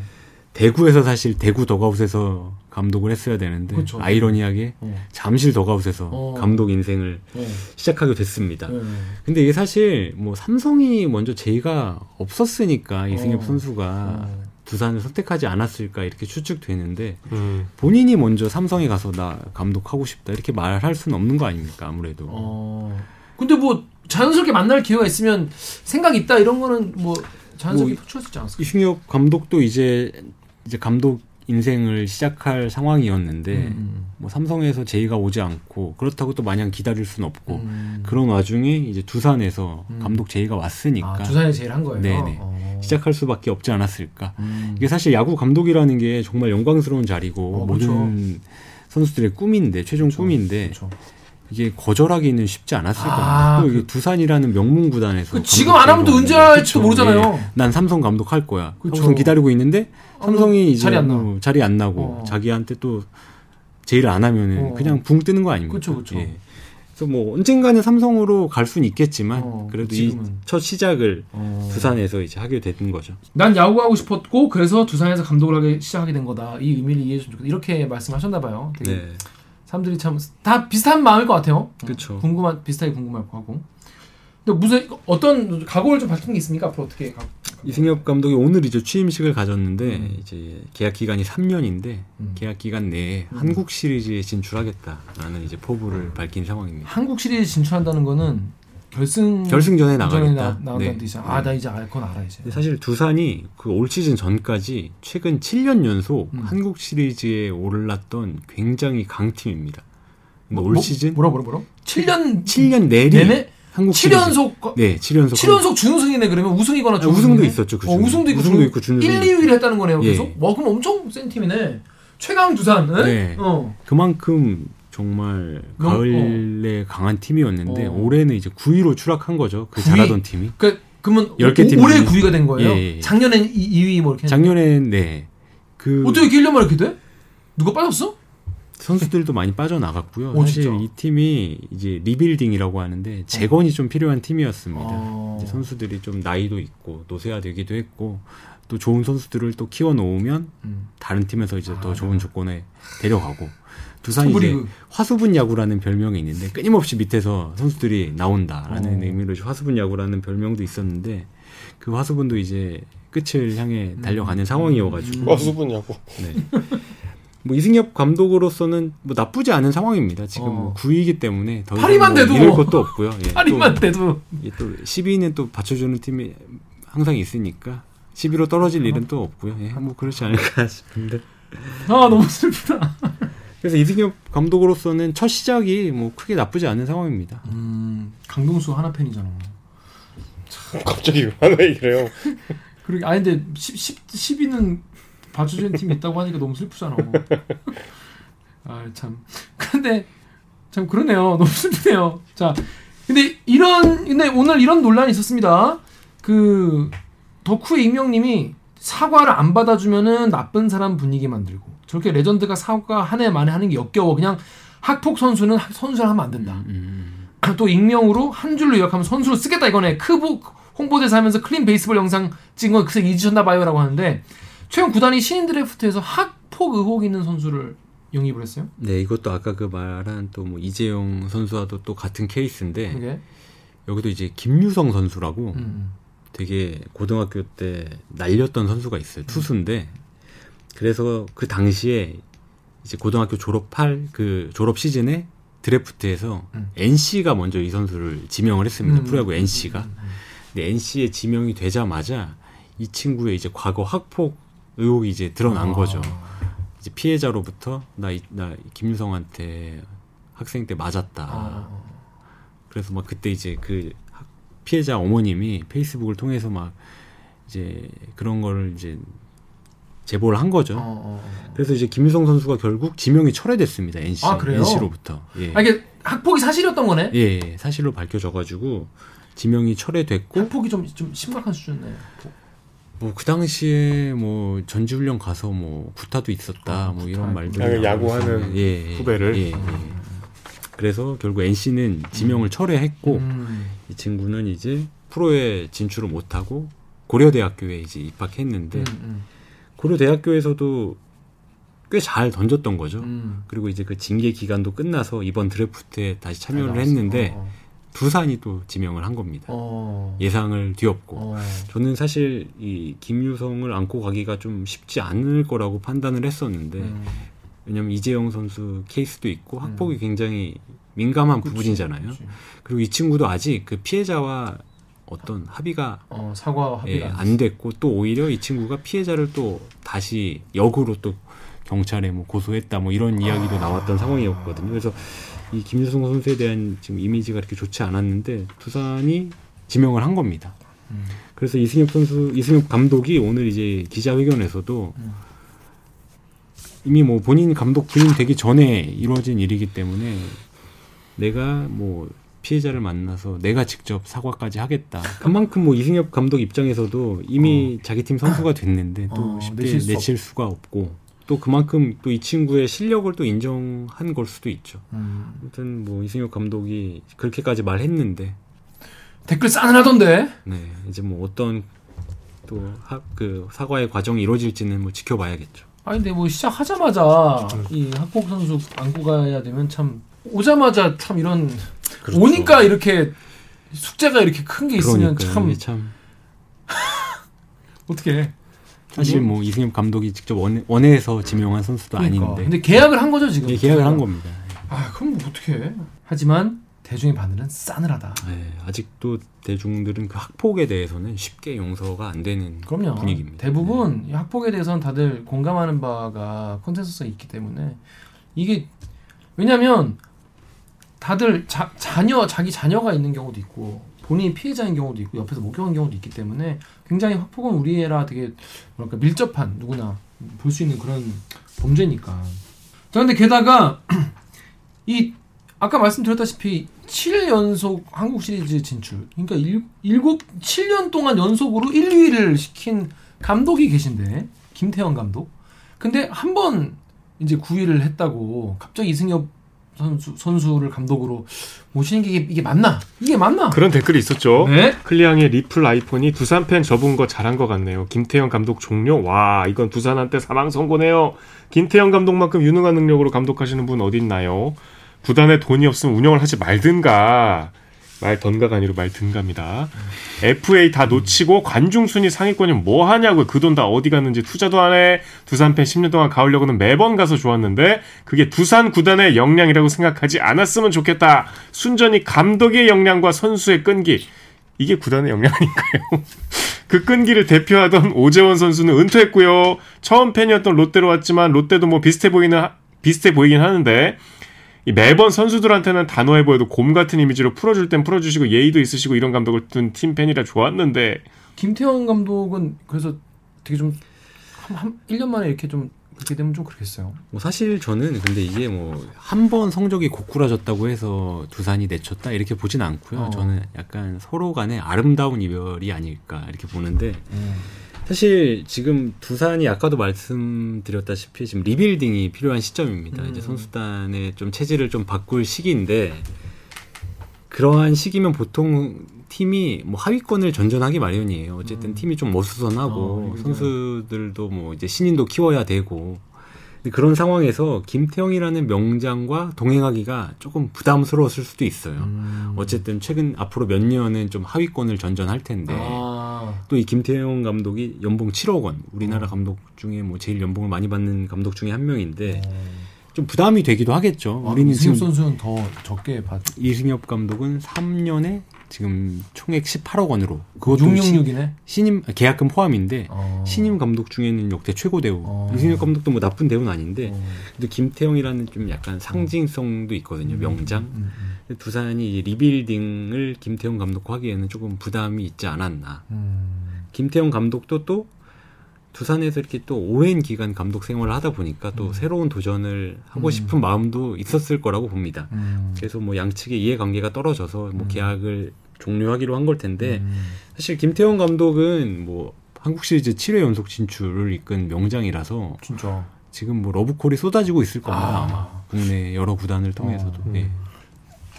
A: 대구에서 사실 대구 더가웃에서 감독을 했어야 되는데
B: 그쵸.
A: 아이러니하게
B: 그렇죠. 어.
A: 잠실 더가웃에서
B: 어.
A: 감독 인생을
B: 어.
A: 시작하게 됐습니다.
B: 예.
A: 근데 이게 사실 뭐 삼성이 먼저 제의가 없었으니까 이승엽
B: 어.
A: 선수가
B: 어.
A: 두산을 선택하지 않았을까 이렇게 추측되는데
C: 음.
A: 본인이 먼저 삼성에 가서 나 감독하고 싶다 이렇게 말할 수는 없는 거 아닙니까 아무래도
B: 어. 근데 뭐 자연스럽게 만날 기회가 있으면 생각 있다 이런 거는 뭐 자연스럽게
A: 뭐,
B: 표출할 수 있지 않았을까?
A: 이승엽 감독도 이제 이제 감독 인생을 시작할 상황이었는데
B: 음.
A: 뭐 삼성에서 제의가 오지 않고 그렇다고 또 마냥 기다릴 수는 없고
B: 음.
A: 그런 와중에 이제 두산에서
B: 음.
A: 감독 제의가 왔으니까
B: 아, 두산이 제일 한 거예요.
A: 네네.
B: 어.
A: 시작할 수밖에 없지 않았을까
B: 음.
A: 이게 사실 야구 감독이라는 게 정말 영광스러운 자리고
B: 어,
A: 모든 선수들의 꿈인데 최종 꿈인데
B: 그렇죠.
A: 이게 거절하기는 쉽지 않았을
B: 아,
A: 겁니다. 또
B: 그-
A: 이게 두산이라는 명문 구단에서
B: 그
A: 감독
B: 지금 안 하면 또
A: 제의가
B: 언제
A: 오는데.
B: 할지도
A: 그쵸.
B: 모르잖아요.
A: 예. 난 삼성 감독할 거야.
B: 그쵸.
A: 항상 기다리고 있는데 삼성이
B: 어,
A: 이제
B: 자리 안 나.
A: 어, 자리 안 나고
B: 어.
A: 자기한테 또 제의를 안 하면은
B: 어.
A: 그냥 붕 뜨는 거 아닙니까? 예.
B: 그쵸, 그쵸.
A: 그래서 뭐 언젠가는 삼성으로 갈 수는 있겠지만
B: 어,
A: 그래도 이
B: 지금은.
A: 첫 시작을
B: 어.
A: 두산에서 이제 하게 된 거죠.
B: 난 야구하고 싶었고 그래서 두산에서 감독을 하게 시작하게 된 거다. 이 의미를 이해해 주면 좋겠다. 이렇게 말씀하셨나 봐요. 되게
A: 네.
B: 사람들이 참 다 비슷한 마음일 것 같아요.
A: 그쵸.
B: 궁금한 비슷하게 궁금할 것 같고. 근데 무슨 어떤 각오를 좀 밝힌 게 있습니까? 앞으로 어떻게 각-
A: 이승엽 감독이 오늘 이제 취임식을 가졌는데 이제 계약 기간이 3년인데
B: 음. 음.
A: 계약 기간 내에 한국 시리즈에 진출하겠다라는 이제 포부를 밝힌 상황입니다.
B: 한국 시리즈 진출한다는 거는 결승
A: 결승전에
B: 전에
A: 나가겠다.
B: 나, 나온다는
A: 네.
B: 뜻이야. 아, 나 이제 알건 알아 이제.
A: 근데 사실 두산이 그 올 시즌 전까지 최근 7년 연속
B: 음.
A: 한국 시리즈에 올랐던 굉장히 강팀입니다. 근데 올
B: 뭐,
A: 시즌
B: 뭐라 뭐라 뭐라? 7년
A: 7년 내리
B: 내내?
A: 한국 시리즈.
B: 7연속
A: 네, 7연속.
B: 7연속 준우승이네 그러면 우승이거나
A: 아,
B: 준우승
A: 우승도 있었죠, 그
B: 어,
A: 중에.
B: 우승도 있고
A: 우승도
B: 준-
A: 있고 준우승도
B: 1, 2위를 했다는 거네요.
A: 예.
B: 계속. 와 그럼 엄청 센 팀이네. 최강 두산. 네.
A: 네.
B: 어.
A: 그만큼 정말
B: 명-
A: 가을에 강한 팀이었는데
B: 뭐, 어.
A: 올해는 이제 9위로 추락한 거죠. 그
B: 9위?
A: 잘하던 팀이.
B: 그 그러면
A: 열개
B: 오-
A: 팀이
B: 올해
A: 있는-
B: 9위가 된 거예요.
A: 예, 예, 예.
B: 작년엔 2위 뭐 이렇게.
A: 작년엔 네. 그
B: 어떻게 이렇게 1년 만에 이렇게 돼? 누가 빠졌어?
A: 선수들도 많이 빠져나갔고요.
B: 오,
A: 사실
B: 어, 진짜?
A: 이 팀이 이제 리빌딩이라고 하는데 재건이 좀 필요한 팀이었습니다.
B: 어.
A: 이제 선수들이 좀 나이도 있고 노쇠화되기도 했고 또 좋은 선수들을 또 키워 놓으면
B: 음. 네.
A: 다른 팀에서 이제 더 좋은 조건에 데려가고 두산이 이제
B: 투브리그.
A: 화수분 야구라는 별명이 있는데 끊임없이 밑에서 선수들이 나온다라는
B: 어.
A: 의미로 이제 화수분 야구라는 별명도 있었는데 그 화수분도 이제 끝을 향해
B: 음.
A: 달려가는 상황이어가지고
C: 어수분이하고
A: 네. 뭐 이승엽 감독으로서는 뭐 나쁘지 않은 상황입니다. 지금
B: 어.
A: 뭐 9위이기 때문에 더
B: 팔위만
A: 이상 뭐
B: 돼도.
A: 잃을 것도 없고요. 예, 또-
B: 8위만 돼도
A: 예, 또 12위는 또 받쳐주는 팀이 항상 있으니까 10위로 떨어질 일은 또 없고요. 예, 뭐 그렇지 않을까 싶은데.
B: 아 너무 슬프다.
A: 그래서 이승엽 감독으로서는 첫 시작이 뭐 크게 나쁘지 않은 상황입니다.
B: 음, 강동수 하나 팬이잖아.
A: 뭐.
C: 갑자기 왜 얘기를 해요?
B: 그러게 아니 근데 10, 10, 10위는 봐주는 팀이 있다고 하니까 너무 슬프잖아. 아참 근데 참 그러네요. 너무 슬프네요. 자 근데 이런 근데 오늘 이런 논란이 있었습니다. 그 덕후의 익명님이 사과를 안 받아주면은 나쁜 사람 분위기 만들고 저렇게 레전드가 사과 한 해 만에 하는 게 역겨워 그냥 학폭 선수는 학- 선수를 하면 안 된다. 또 익명으로 한 줄로 요약하면 선수로 쓰겠다 이거네. 크보 홍보대사 하면서 클린 베이스볼 영상 찍은 거 그새 잊으셨나 봐요라고 하는데 최근 구단이 신인 드래프트에서 학폭 의혹 있는 선수를 영입을 했어요.
A: 네, 이것도 아까 그 말한 또 뭐 이재용 선수와도 또 같은 케이스인데
B: 이게
A: 여기도 이제 김유성 선수라고
B: 음.
A: 되게 고등학교 때 날렸던 선수가 있어요. 투수인데. 그래서 그 당시에 이제 고등학교 졸업할 그 졸업 시즌에 드래프트에서
B: 음.
A: NC가 먼저 이 선수를 지명을 했습니다.
B: 음.
A: 프로야구 NC가. 근데 NC에 지명이 되자마자 이 친구의 이제 과거 학폭 의혹이 이제
B: 아.
A: 드러난 거죠. 이제 피해자로부터 나, 이- 나 김유성한테 학생 때 맞았다.
B: 아.
A: 그래서 막 그때 이제 그 학- 피해자 어머님이 페이스북을 통해서 막 이제 그런 거를 이제 제보를 한 거죠.
B: 어, 어, 어.
A: 그래서 이제 김유성 선수가 결국 지명이 철회됐습니다. NC
B: 아, 그래요?
A: NC로부터. 예.
B: 아 이게 학폭이 사실이었던 거네.
A: 예, 예. 사실로 밝혀져가지고 지명이 철회됐고
B: 학폭이 좀 좀 심각한 수준이네.
A: 뭐 그 당시에 뭐 전지훈련 가서 뭐 구타도 있었다 뭐 이런 말도
C: 아, 야구하는
A: 예, 예,
C: 후배를?
A: 예, 예. 그래서 결국 NC는 지명을 철회했고
B: 음.
A: 이 친구는 이제 프로에 진출을 못하고 고려대학교에 이제 입학했는데
B: 음, 음,
A: 고려대학교에서도 꽤 잘 던졌던 거죠.
B: 음.
A: 그리고 이제 그 징계 기간도 끝나서 이번 드래프트에 다시 참여를
B: 나왔어.
A: 했는데
B: 어,
A: 두산이 또 지명을 한 겁니다.
B: 어.
A: 예상을 뒤엎고
B: 어.
A: 저는 사실 이 김유성을 안고 가기가 좀 쉽지 않을 거라고 판단을 했었는데
B: 음.
A: 왜냐면 이재영 선수 케이스도 있고 학폭이 굉장히 민감한
B: 그치,
A: 부분이잖아요.
B: 그치.
A: 그리고 이 친구도 아직 그 피해자와 어떤 합의가
B: 어 사과
A: 예,
B: 합의가
A: 안 됐고 또 오히려 이 친구가 피해자를 또 다시 역으로 또 경찰에 뭐 고소했다 뭐 이런 이야기도
B: 아.
A: 나왔던 상황이었거든요. 그래서 이 김유성 선수에 대한 지금 이미지가 이렇게 좋지 않았는데 두산이 지명을 한 겁니다. 그래서 이승엽 선수, 이승엽 감독이 오늘 이제 기자회견에서도 이미 뭐 본인 감독 부임 되기 전에 이루어진 일이기 때문에 내가 뭐 피해자를 만나서 내가 직접 사과까지 하겠다. 그만큼 뭐 이승엽 감독 입장에서도 이미 자기 팀 선수가 됐는데 또
B: 어,
A: 쉽게
B: 내칠 수
A: 내칠,
B: 없-
A: 수가 없고 또 그만큼 또 이 친구의 실력을 또 인정한 걸 수도 있죠.
B: 음.
A: 아무튼 뭐 이승엽 감독이 그렇게까지 말했는데
B: 댓글 싸늘하던데.
A: 네 이제 뭐 어떤 또 그 사과의 과정이 이루어질지는 뭐 지켜봐야겠죠.
B: 아니 근데 뭐 시작하자마자 이 학폭 선수 안고 가야 되면 참 오자마자 참 이런 오니까 이렇게 숙제가 이렇게 큰 게 있으면
A: 그렇죠. 그러니까요.
B: 참
A: 이게 참
B: 어떻게
A: 사실 뭐 이승엽 감독이 직접 원, 원해에서 지명한 선수도
B: 그러니까.
A: 아닌데
B: 근데 계약을 한 거죠 지금.
A: 예, 계약을 한 겁니다.
B: 아 그럼 뭐 어떻게? 하지만 대중의 반응은 싸늘하다.
A: 네, 아직도 대중들은 그 학폭에 대해서는 쉽게 용서가 안 되는
B: 그럼요.
A: 분위기입니다. 네.
B: 대부분 이 학폭에 대해서는 다들 공감하는 바가 컨센서스가 있기 때문에 이게 왜냐면 다들 자, 자녀 자기 자녀가 있는 경우도 있고 본인이 피해자인 경우도 있고 옆에서 목격한 경우도 있기 때문에 굉장히 학폭은 우리 애라 되게 뭐랄까 밀접한 누구나 볼 수 있는 그런 범죄니까. 자 근데 게다가 이 아까 말씀드렸다시피 7연속 한국 시리즈 진출. 그러니까 일, 일곱 7년 동안 연속으로 1, 2위를 시킨 감독이 계신데 김태형 감독. 근데 한 번 이제 9위를 했다고 갑자기 이승엽 선수 선수를 감독으로 모시는 게 이게, 이게 맞나? 이게 맞나?
C: 그런 댓글이 있었죠.
B: 네.
C: 클리앙의 리플 아이폰이 두산 팬 접은 거 잘한 것 같네요. 김태형 감독 종료. 와 이건 두산한테 사망 선고네요. 김태형 감독만큼 유능한 능력으로 감독하시는 분 어디 있나요? 구단에 돈이 없으면 운영을 하지 말든가. 말던가가 아니라 말든가입니다. FA 다 놓치고 관중 순위 상위권이면 뭐 하냐고요. 그 돈 다 어디 갔는지 투자도 안 해. 두산 팬 10년 동안 가을려고는 매번 가서 좋았는데 그게 두산 구단의 역량이라고 생각하지 않았으면 좋겠다. 순전히 감독의 역량과 선수의 끈기. 이게 구단의 역량 아닌가요? 그 끈기를 대표하던 오재원 선수는 은퇴했고요. 처음 팬이었던 롯데로 왔지만 롯데도 뭐 비슷해 보이는 하- 비슷해 보이긴 하는데 이 매번 선수들한테는 단호해 보여도 곰 같은 이미지로 풀어줄 땐 풀어주시고 예의도 있으시고 이런 감독을 둔 팀 팬이라 좋았는데
B: 김태형 감독은 그래서 되게 좀한 1년 만에 이렇게 좀 그렇게 되면 좀 그렇겠어요.
A: 뭐 사실 저는 근데 이게 뭐 한 번 성적이 고꾸라졌다고 해서 두산이 내쳤다 이렇게 보진 않고요.
B: 어.
A: 저는 약간 서로 간의 아름다운 이별이 아닐까 이렇게 보는데
B: 음.
A: 사실 지금 두산이 아까도 말씀드렸다시피 지금 리빌딩이 필요한 시점입니다.
B: 음.
A: 이제 선수단의 좀 체질을 좀 바꿀 시기인데 그러한 시기면 보통 팀이 뭐 하위권을 전전하기 마련이에요. 어쨌든
B: 음.
A: 팀이 좀
B: 어,
A: 어수선하고
B: 이거죠.
A: 선수들도 뭐 이제 신인도 키워야 되고 근데 그런 상황에서 김태형이라는 명장과 동행하기가 조금 부담스러웠을 수도 있어요.
B: 음.
A: 어쨌든 최근 앞으로 몇 년은 좀 하위권을 전전할 텐데
B: 아,
A: 또 이 김태형 감독이 연봉 7억 원 우리나라
B: 음.
A: 감독 중에 뭐 제일 연봉을 많이 받는 감독 중에 한 명인데
B: 네.
A: 좀 부담이 되기도 하겠죠.
B: 음. 아,
A: 어, 우리는
B: 이승엽
A: 지금
B: 선수는 더 적게 받.
A: 이승엽 감독은 3년에 지금 총액 18억 원으로 그것도
B: 666이네.
A: 시, 임 아, 계약금 포함인데
B: 어.
A: 신임 감독 중에는 역대 최고 대우.
B: 어.
A: 이승엽 감독도 뭐 나쁜 대우는 아닌데
B: 어.
A: 근데 김태형이라는 좀 약간 상징성도 있거든요. 명장.
B: 음, 음,
A: 근데 두산이 이 리빌딩을 김태형 감독과 하기에는 조금 부담이 있지 않았나.
B: 음.
A: 김태형 감독도 또 두산에서 이렇게 또 오랜 기간 감독 생활을 하다 보니까 또
B: 음.
A: 새로운 도전을 하고
B: 음.
A: 싶은 마음도 있었을 거라고 봅니다.
B: 음.
A: 그래서 뭐 양측의 이해관계가 떨어져서 뭐
B: 음.
A: 계약을 종료하기로 한 걸 텐데
B: 음.
A: 사실 김태형 감독은 뭐 한국 시리즈 7회 연속 진출을 이끈 명장이라서
B: 진짜.
A: 지금 뭐 러브콜이 쏟아지고 있을 겁니다.
B: 아.
A: 아마 국내 여러 구단을 통해서도.
C: 음.
A: 예.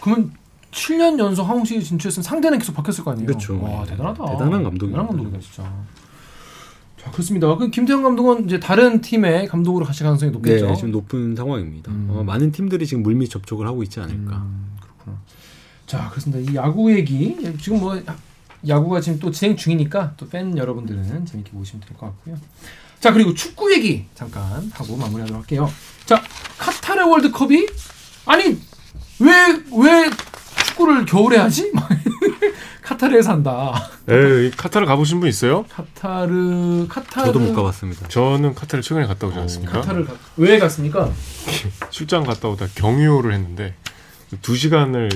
B: 그러면 7년 연속 한국 시리즈 진출했으면 상대는 계속 바뀌었을 거 아니에요.
A: 그렇죠.
B: 와
A: 예.
B: 대단하다.
A: 대단한 감독이에요.
B: 대단한 감독이다 진짜. 자 그렇습니다. 그 김태형 감독은 이제 다른 팀의 감독으로 가실 가능성이 높겠죠.
A: 네, 지금 높은 상황입니다.
B: 음.
A: 어, 많은 팀들이 지금 물밑 접촉을 하고 있지 않을까.
B: 음, 그렇구나. 자, 그렇습니다. 이 야구 얘기 지금 뭐 야구가 지금 또 진행 중이니까 또 팬 여러분들은 재밌게 보시면 될 것 같고요. 자, 그리고 축구 얘기 잠깐 하고 마무리하도록 할게요. 자, 카타르 월드컵이 아니 왜 왜 축구를 겨울에 하지? 막 카타르에서 한다.
C: 에이 카타르 가보신 분 있어요?
B: 카타르 카타르
A: 저도 못 가봤습니다.
C: 저는 카타르 최근에 갔다 오지 않았습니까?
B: 어, 카타르 가- 왜 갔습니까?
C: 출장 갔다 오다 경유를 했는데 두 시간을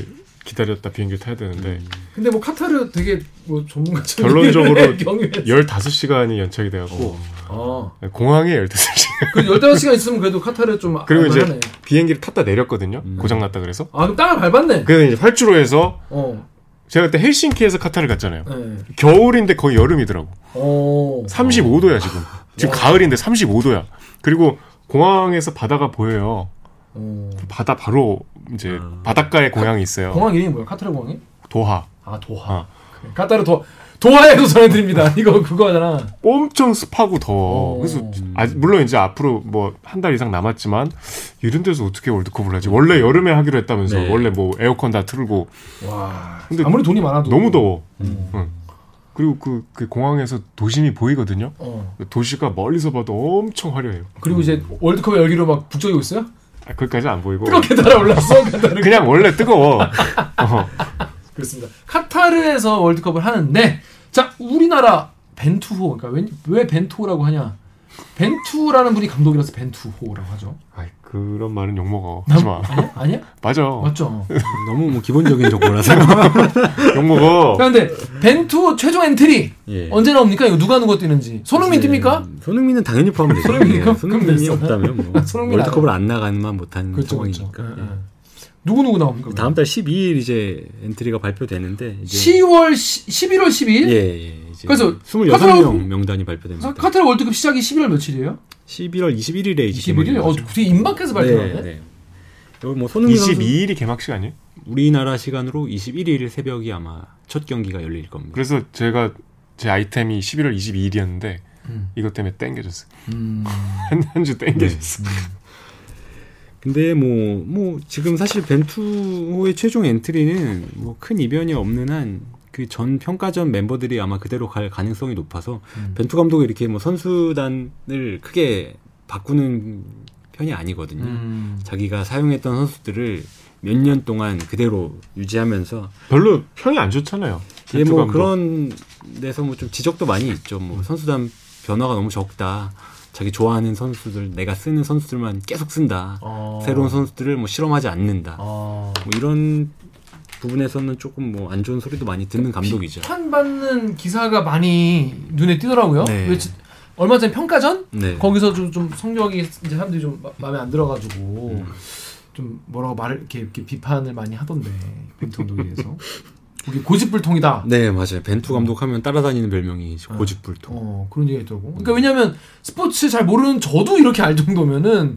C: 기다렸다 비행기 를 타야 되는데
B: 근데 뭐 카타르 되게 뭐 전문가처럼
C: 결론적으로
B: 경유했어.
C: 15시간이 연착이 돼갖고
B: 어.
C: 공항에 15시간
B: 그 15시간 있으면 그래도 카타르 좀
C: 그리고 이제
B: 알만하네.
C: 비행기를 탔다 내렸거든요
A: 음.
C: 고장났다 그래서
B: 아 그럼 땅을 밟았네.
C: 그래서 이제 활주로 해서
B: 어.
C: 제가 그때 헬싱키에서 카타르 갔잖아요
B: 네.
C: 겨울인데 거의 여름이더라고
B: 어.
C: 35도야 지금 지금
B: 와.
C: 가을인데 35도야 그리고 공항에서 바다가 보여요
B: 어.
C: 바다 바로 이제
A: 아.
C: 바닷가에 공항이 있어요
B: 공항 이름이 뭐야? 카타르 공항이?
C: 도하
B: 아 도하.
C: 아.
B: 그래. 카타르 도 도하에도 전해드립니다. 이거 그거잖아.
C: 엄청 습하고
B: 어.
C: 더워. 그래서 아, 물론 이제 앞으로 뭐 한 달 이상 남았지만 이런 데서 어떻게 월드컵을 하지? 원래 여름에 하기로 했다면서
A: 네.
C: 원래 뭐 에어컨 다 틀고
B: 와.
C: 근데
B: 아무리 돈이 많아도
C: 너무 더워.
B: 음.
C: 응. 그리고 그, 그 공항에서 도심이 보이거든요.
B: 어.
C: 도시가 멀리서 봐도 엄청 화려해요.
B: 그리고 이제 월드컵 열기로 막 북적이고 있어요? 네,
C: 아, 거기까지는 안 보이고
B: 뜨겁게 달아올랐어. 카타르.
C: 그냥 원래 뜨거워. 어.
B: 그렇습니다. 카타르에서 월드컵을 하는데 자 우리나라 벤투호 그러니까 왜, 왜 벤투호라고 하냐? 벤투라는 분이 감독이라서 벤투호라고 하죠.
C: 아이, 그런 말은 욕 먹어. 하지 마. 어.
B: 아니야? 아니야?
C: 맞아. 뭐,
B: 맞죠.
A: 너무 뭐 기본적인 정보라서.
C: 욕 먹어.
B: 그런데 벤투호 최종 엔트리
A: 예.
B: 언제 나옵니까? 이거 누가 누가 뛰는지 손흥민
C: 예.
B: 뜁니까?
A: 음, 손흥민은 당연히 포함되죠.
B: 손흥민이
A: 예,
B: 그럼- 그럼
A: 손흥민이
B: 됐어.
A: 없다면 뭐
B: 손흥민 아.
A: 월드컵을 안 나가는만 못한
B: 그렇죠, 그렇죠.
A: 상황이니까. 예. 그
B: 누구 누구 나옵니까?
A: 다음 달 12일 이제 엔트리가 발표되는데 이제
B: 10월 11월 12일.
A: 예, 예 이제
B: 그래서
A: 26명 명단이 발표됩니다.
B: 카타르 월드컵 시작이 11월 며칠이에요?
A: 11월 21일에 이제
B: 21일? 어, 되게 임박해서 발표하네.
A: 네, 네. 여기 뭐 손흥민 선수
C: 22일이 개막 시간이에요?
A: 우리나라 시간으로 21일 새벽이 아마 첫 경기가 열릴 겁니다.
C: 그래서 제가 제 아이템이 11월 22일이었는데
B: 음.
C: 이것 때문에 땡겨졌어요.
B: 음.
C: 한 주
B: 네.
C: 땡겨졌어.
A: 네. 근데 뭐 뭐 지금 사실 벤투호의 최종 엔트리는 뭐 큰 이변이 없는 한 그 전 평가전 멤버들이 아마 그대로 갈 가능성이 높아서
B: 음.
A: 벤투 감독이 이렇게 뭐 선수단을 크게 바꾸는 편이 아니거든요.
B: 음.
A: 자기가 사용했던 선수들을 몇 년 동안 그대로 유지하면서
C: 네. 별로 평이 안 좋잖아요.
A: 예, 뭐
C: 벤투 감독.
A: 그런 데서 뭐 좀 지적도 많이 있죠. 뭐 선수단 변화가 너무 적다. 자기 좋아하는 선수들, 내가 쓰는 선수들만 계속 쓴다.
B: 어.
A: 새로운 선수들을 뭐 실험하지 않는다.
B: 어.
A: 뭐 이런 부분에서는 조금 뭐 안 좋은 소리도 많이 듣는 감독이죠.
B: 비판받는 기사가 많이 눈에 띄더라고요.
A: 네.
B: 왜 지- 얼마 전에 평가전
A: 네.
B: 거기서 좀, 좀 성적이 이제 사람들이 좀 마- 마음에 안 들어가지고
A: 음.
B: 좀 뭐라고 말을 이렇게, 이렇게 비판을 많이 하던데 벤투 감독에 대해서 그게 고집불통이다.
A: 네, 맞아요. 벤투 감독하면 따라다니는 별명이 고집불통.
B: 어 그런 얘기가 있더라고.
A: 음.
B: 그러니까 왜냐하면 스포츠 잘 모르는 저도 이렇게 알 정도면은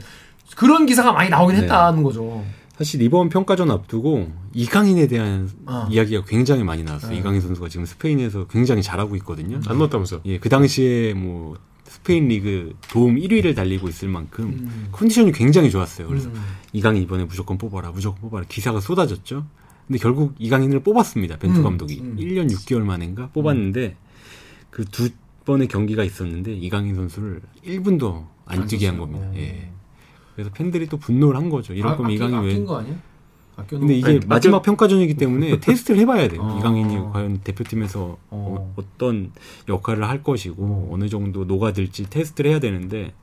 B: 그런 기사가 많이 나오긴
A: 네.
B: 했다는 거죠.
A: 사실 이번 평가전 앞두고 이강인에 대한
B: 아.
A: 이야기가 굉장히 많이 나왔어요.
B: 네.
A: 이강인 선수가 지금 스페인에서 굉장히 잘하고 있거든요.
C: 안
B: 그렇죠.
C: 넣었다면서.
A: 예, 그 당시에 뭐 스페인 리그 도움 1위를 달리고 있을 만큼
B: 음.
A: 컨디션이 굉장히 좋았어요. 그래서
B: 음.
A: 이강인 이번에 무조건 뽑아라, 무조건 뽑아라 기사가 쏟아졌죠. 근데 결국 이강인을 뽑았습니다. 벤투
B: 음,
A: 감독이
B: 음.
A: 1년 6개월 만인가 뽑았는데 그 두 번의 경기가 있었는데 이강인 선수를 1분도 안,
B: 안
A: 뛰게 한
B: 썼어요.
A: 겁니다.
B: 어.
A: 예. 그래서 팬들이 또 분노를 한 거죠. 이럴
B: 아,
A: 거면
B: 아끼-
A: 이강인 왜
B: 아낀 거 아니야? 아껴놓은
A: 근데
B: 거.
A: 이게 마지막 평가전이기 때문에 테스트를 해봐야 돼요.
B: 아.
A: 이강인이 과연 대표팀에서
B: 어.
A: 어. 떤 역할을 할 것이고 어느 정도 녹아들지 테스트를 해야 되는데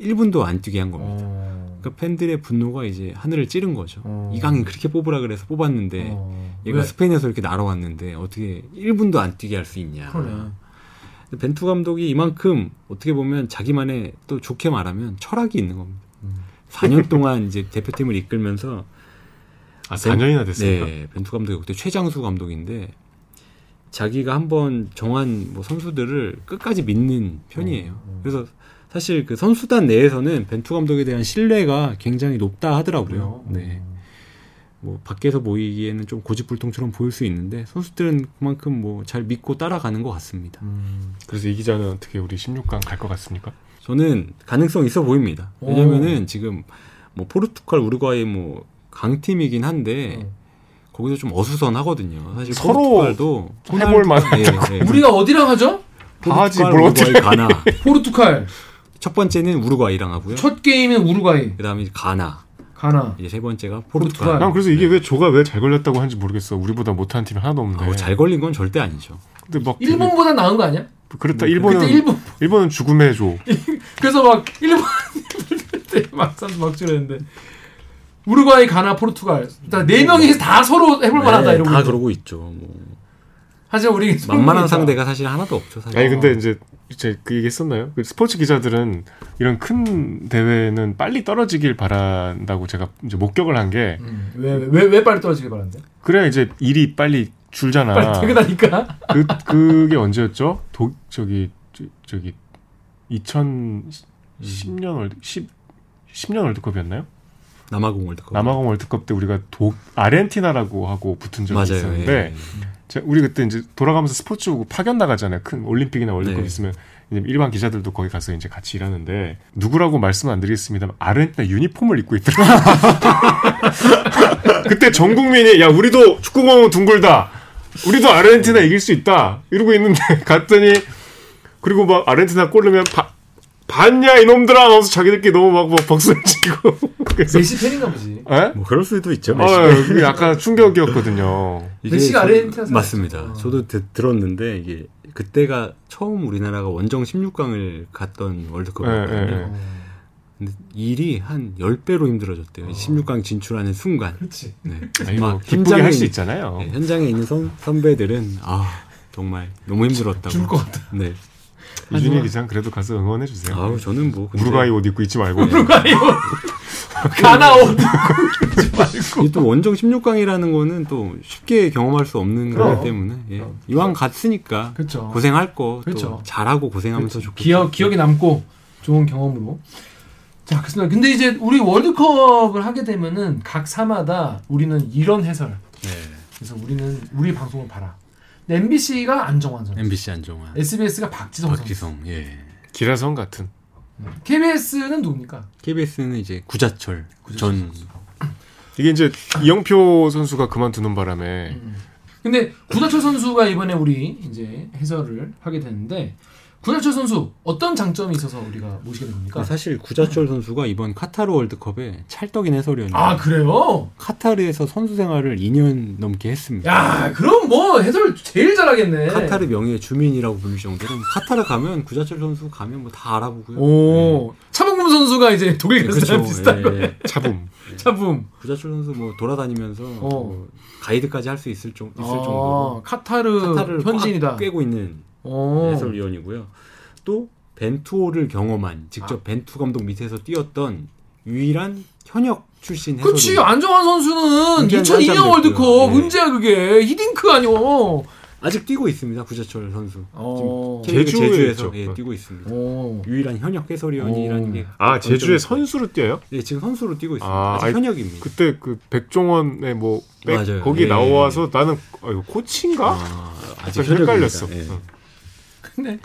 A: 1분도 안 뛰게 한 겁니다.
B: 어.
A: 그러니까 팬들의 분노가 이제 하늘을 찌른 거죠.
B: 어.
A: 이강인 그렇게 뽑으라 그래서 뽑았는데
B: 어.
A: 네. 얘가
B: 왜?
A: 스페인에서 이렇게 날아왔는데 어떻게 1분도 안 뛰게 할 수 있냐.
B: 그러네.
A: 근데 벤투 감독이 이만큼 어떻게 보면 자기만의 또 좋게 말하면 철학이 있는 겁니다.
B: 음.
A: 4년 동안 이제 대표팀을 이끌면서
C: 아 4년이나 됐습니까?
A: 네, 벤투 감독이 그때 최장수 감독인데 자기가 한번 정한 뭐 선수들을 끝까지 믿는 편이에요.
C: 음,
A: 그래서 사실 그 선수단 내에서는 벤투 감독에 대한 신뢰가 굉장히 높다 하더라고요. 네. 뭐 밖에서 보이기에는 좀 고집불통처럼 보일 수 있는데 선수들은 그만큼 뭐 잘 믿고 따라가는 것 같습니다.
C: 그래서 이 기자는 어떻게 우리 16강 갈 것 같습니까?
A: 저는 가능성 있어 보입니다.
B: 오.
A: 왜냐면은 지금 뭐 포르투갈, 우루과이 뭐 강팀이긴 한데
B: 음.
A: 거기서 좀 어수선하거든요. 사실
C: 서로
A: 포르투갈도
C: 해볼 만한
A: 예, 예.
B: 우리가 어디랑 하죠?
C: 다 하지
A: 포르투갈,
C: 뭘
A: 우루과이,
C: 어떻게
A: 가나.
B: 포르투갈
A: 첫 번째는 우루과이랑 하고요.
B: 첫 게임은 우루과이
A: 그다음에 이제 가나.
B: 가나
A: 이제 세 번째가
B: 포르투갈.
A: 포르투갈.
C: 난 그래서 이게 왜 조가 왜 잘 걸렸다고 하는지 모르겠어. 우리보다 못하는 팀이 하나도 없는데.
A: 아우, 어, 잘 걸린 건 절대 아니죠.
C: 근데 막 되게-
B: 일본보다 나은 거 아니야?
C: 네, 그렇다.
B: 그때
C: 일본은
B: 일본
C: 일본은 죽음의 조.
B: 그래서 막 일본 때막막 줄였는데 우루과이 가나 포르투갈 다 네 명이 다 서로 해볼 만하다
A: 네,
B: 이러고
A: 다
B: 있는데.
A: 그러고 있죠. 뭐.
B: 하지만 우리
A: 만만한 상대가 사실 하나도 없죠. 사실.
C: 아니
B: 어.
C: 근데 이제 이제 그 얘기했었나요? 그 스포츠 기자들은 이런 큰 대회는 빨리 떨어지길 바란다고 제가 이제 목격을 한 게
B: 음. 왜왜 왜 빨리 떨어지길 바란대?
C: 그래야 이제 일이 빨리 줄잖아.
B: 빨리 퇴근하니까
C: 그 그게 언제였죠? 독 저기 저, 저기 2010년 월드 10 10년 월드컵이었나요?
A: 남아공 월드컵.
C: 남아공 월드컵 때 우리가 독 아르헨티나라고 하고 붙은 적이
A: 맞아요. 예,
C: 있었는데 제- 우리 그때 이제 돌아가면서 스포츠 보고 파견 나가잖아요. 큰 올림픽이나 월드컵
A: 네.
C: 있으면 이제 일반 기자들도 거기 가서 이제 같이 일하는데 누구라고 말씀 안 드리겠습니다만 아르헨티나 유니폼을 입고 있더라고요. 그때 전 국민이 야 우리도 축구공은 둥글다. 우리도 아르헨티나 이길 수 있다. 이러고 있는데 갔더니 그리고 막 아르헨티나 골르면 바- 봤냐 이놈들아 하면서 자기들끼리 너무 막, 막 박수를 치고 그래서
B: 네 메시 팬인가 보지.
C: 에?
I: 뭐 그럴 수도 있죠.
C: 어,
I: 메시가.
C: 그게 약간 충격이었거든요.
A: 이게
B: 메시가
A: 저-
B: 아르헨티나에서 어.
A: 맞습니다.
B: 했죠.
A: 저도 드- 들었는데 이게 그때가 처음 우리나라가 원정 16강을 갔던 월드컵이거든요.
C: 예, 예, 예.
A: 근데 일이 한 10배로 힘들어졌대요. 16강 진출하는 순간.
B: 그렇지.
A: 네.
C: 아니, 뭐
A: 막
C: 기쁘게 할 수
A: 현장에-
C: 있잖아요. 어.
A: 네, 현장에 있는 선, 선배들은 아 정말 너무 힘들었다고.
B: 죽을 것 같다.
A: 네.
C: 이준희 기장 그래도 가서 응원해 주세요.
A: 아우 저는 뭐 근데
C: 우루과이 옷 입고 있지 말고.
B: 가나 옷.
A: 이게 또 원정 16강이라는 거는 또 쉽게 경험할 수 없는
B: 그럼.
A: 거기 때문에 예. 이왕 갔으니까
B: 그쵸.
A: 고생할 거
B: 그쵸.
A: 또 잘하고 고생하면서 좋겠죠.
B: 기억 기억에 남고 좋은 경험으로. 자, 그렇습니다. 근데 이제 우리 월드컵을 하게 되면은 각 사마다 우리는 이런 해설.
A: 네.
B: 그래서 우리는 우리 방송을 봐라. MBC가 안정환 선수,
A: MBC 안정환,
B: SBS가 박지성 선수,
A: 박지성, 예.
C: 네. 기라성 같은.
B: KBS는 누굽니까?
A: KBS는 이제 구자철, 전
B: 그러니까
C: 이게 이제 이영표 선수가 그만두는 바람에
B: 근데 구자철 선수가 이번에 우리 이제 해설을 하게 되는데 구자철 선수 어떤 장점이 있어서 우리가 모시게 됩니까?
A: 그러니까 사실 구자철 선수가 이번 카타르 월드컵에 찰떡인 해설위원이에요.
B: 아 그래요?
A: 카타르에서 선수 생활을 2년 넘게 했습니다.
B: 야 그럼 뭐 해설 제일 잘하겠네.
A: 카타르 명예 주민이라고 부를 정도로 카타르 가면 구자철 선수 가면 뭐 다 알아보고요.
B: 오 차범근 선수가 이제 독일
A: 네,
B: 가수 랑 비슷한
A: 예,
B: 거예요.
A: 예.
C: 차붐.
B: 차붐.
A: 구자철 선수 뭐 돌아다니면서 뭐 가이드까지 할 수 있을, 정, 있을 정도로
B: 어. 아, 카타르,
A: 카타르를
B: 현지인이다.
A: 꽉 꿰고 있는
B: 어.
A: 해설위원이고요. 또 벤투호를 경험한
B: 아.
A: 직접 벤투 감독 밑에서 뛰었던 유일한 현역 출신 해설위원.
B: 그치 아. 안정환 선수는
A: 굉장히
B: 2002년
A: 한참
B: 월드컵
A: 됐고요. 예.
B: 문제야 그게 히딩크 아니오.
A: 아직 뛰고 있습니다. 구자철 선수.
B: 어.
A: K리그
C: 제주에
A: 제주에서
C: 있죠.
A: 예, 뛰고 있습니다.
B: 오.
A: 유일한 현역 해설위원이라는
B: 오.
A: 게.
C: 아 제주의
A: 장점이죠.
C: 선수로 뛰어요?
A: 예, 지금 선수로 뛰고 있습니다.
C: 아,
A: 아, 직
C: 아이,
A: 현역입니다.
C: 그때 그 백종원의 뭐 백,
A: 맞아요.
C: 거기
A: 예,
C: 나와서 나는 아, 이거 코치인가?
A: 아, 아직
C: 약간
A: 현역입니다.
C: 헷갈렸어.
A: 예.
C: 어.
B: 근데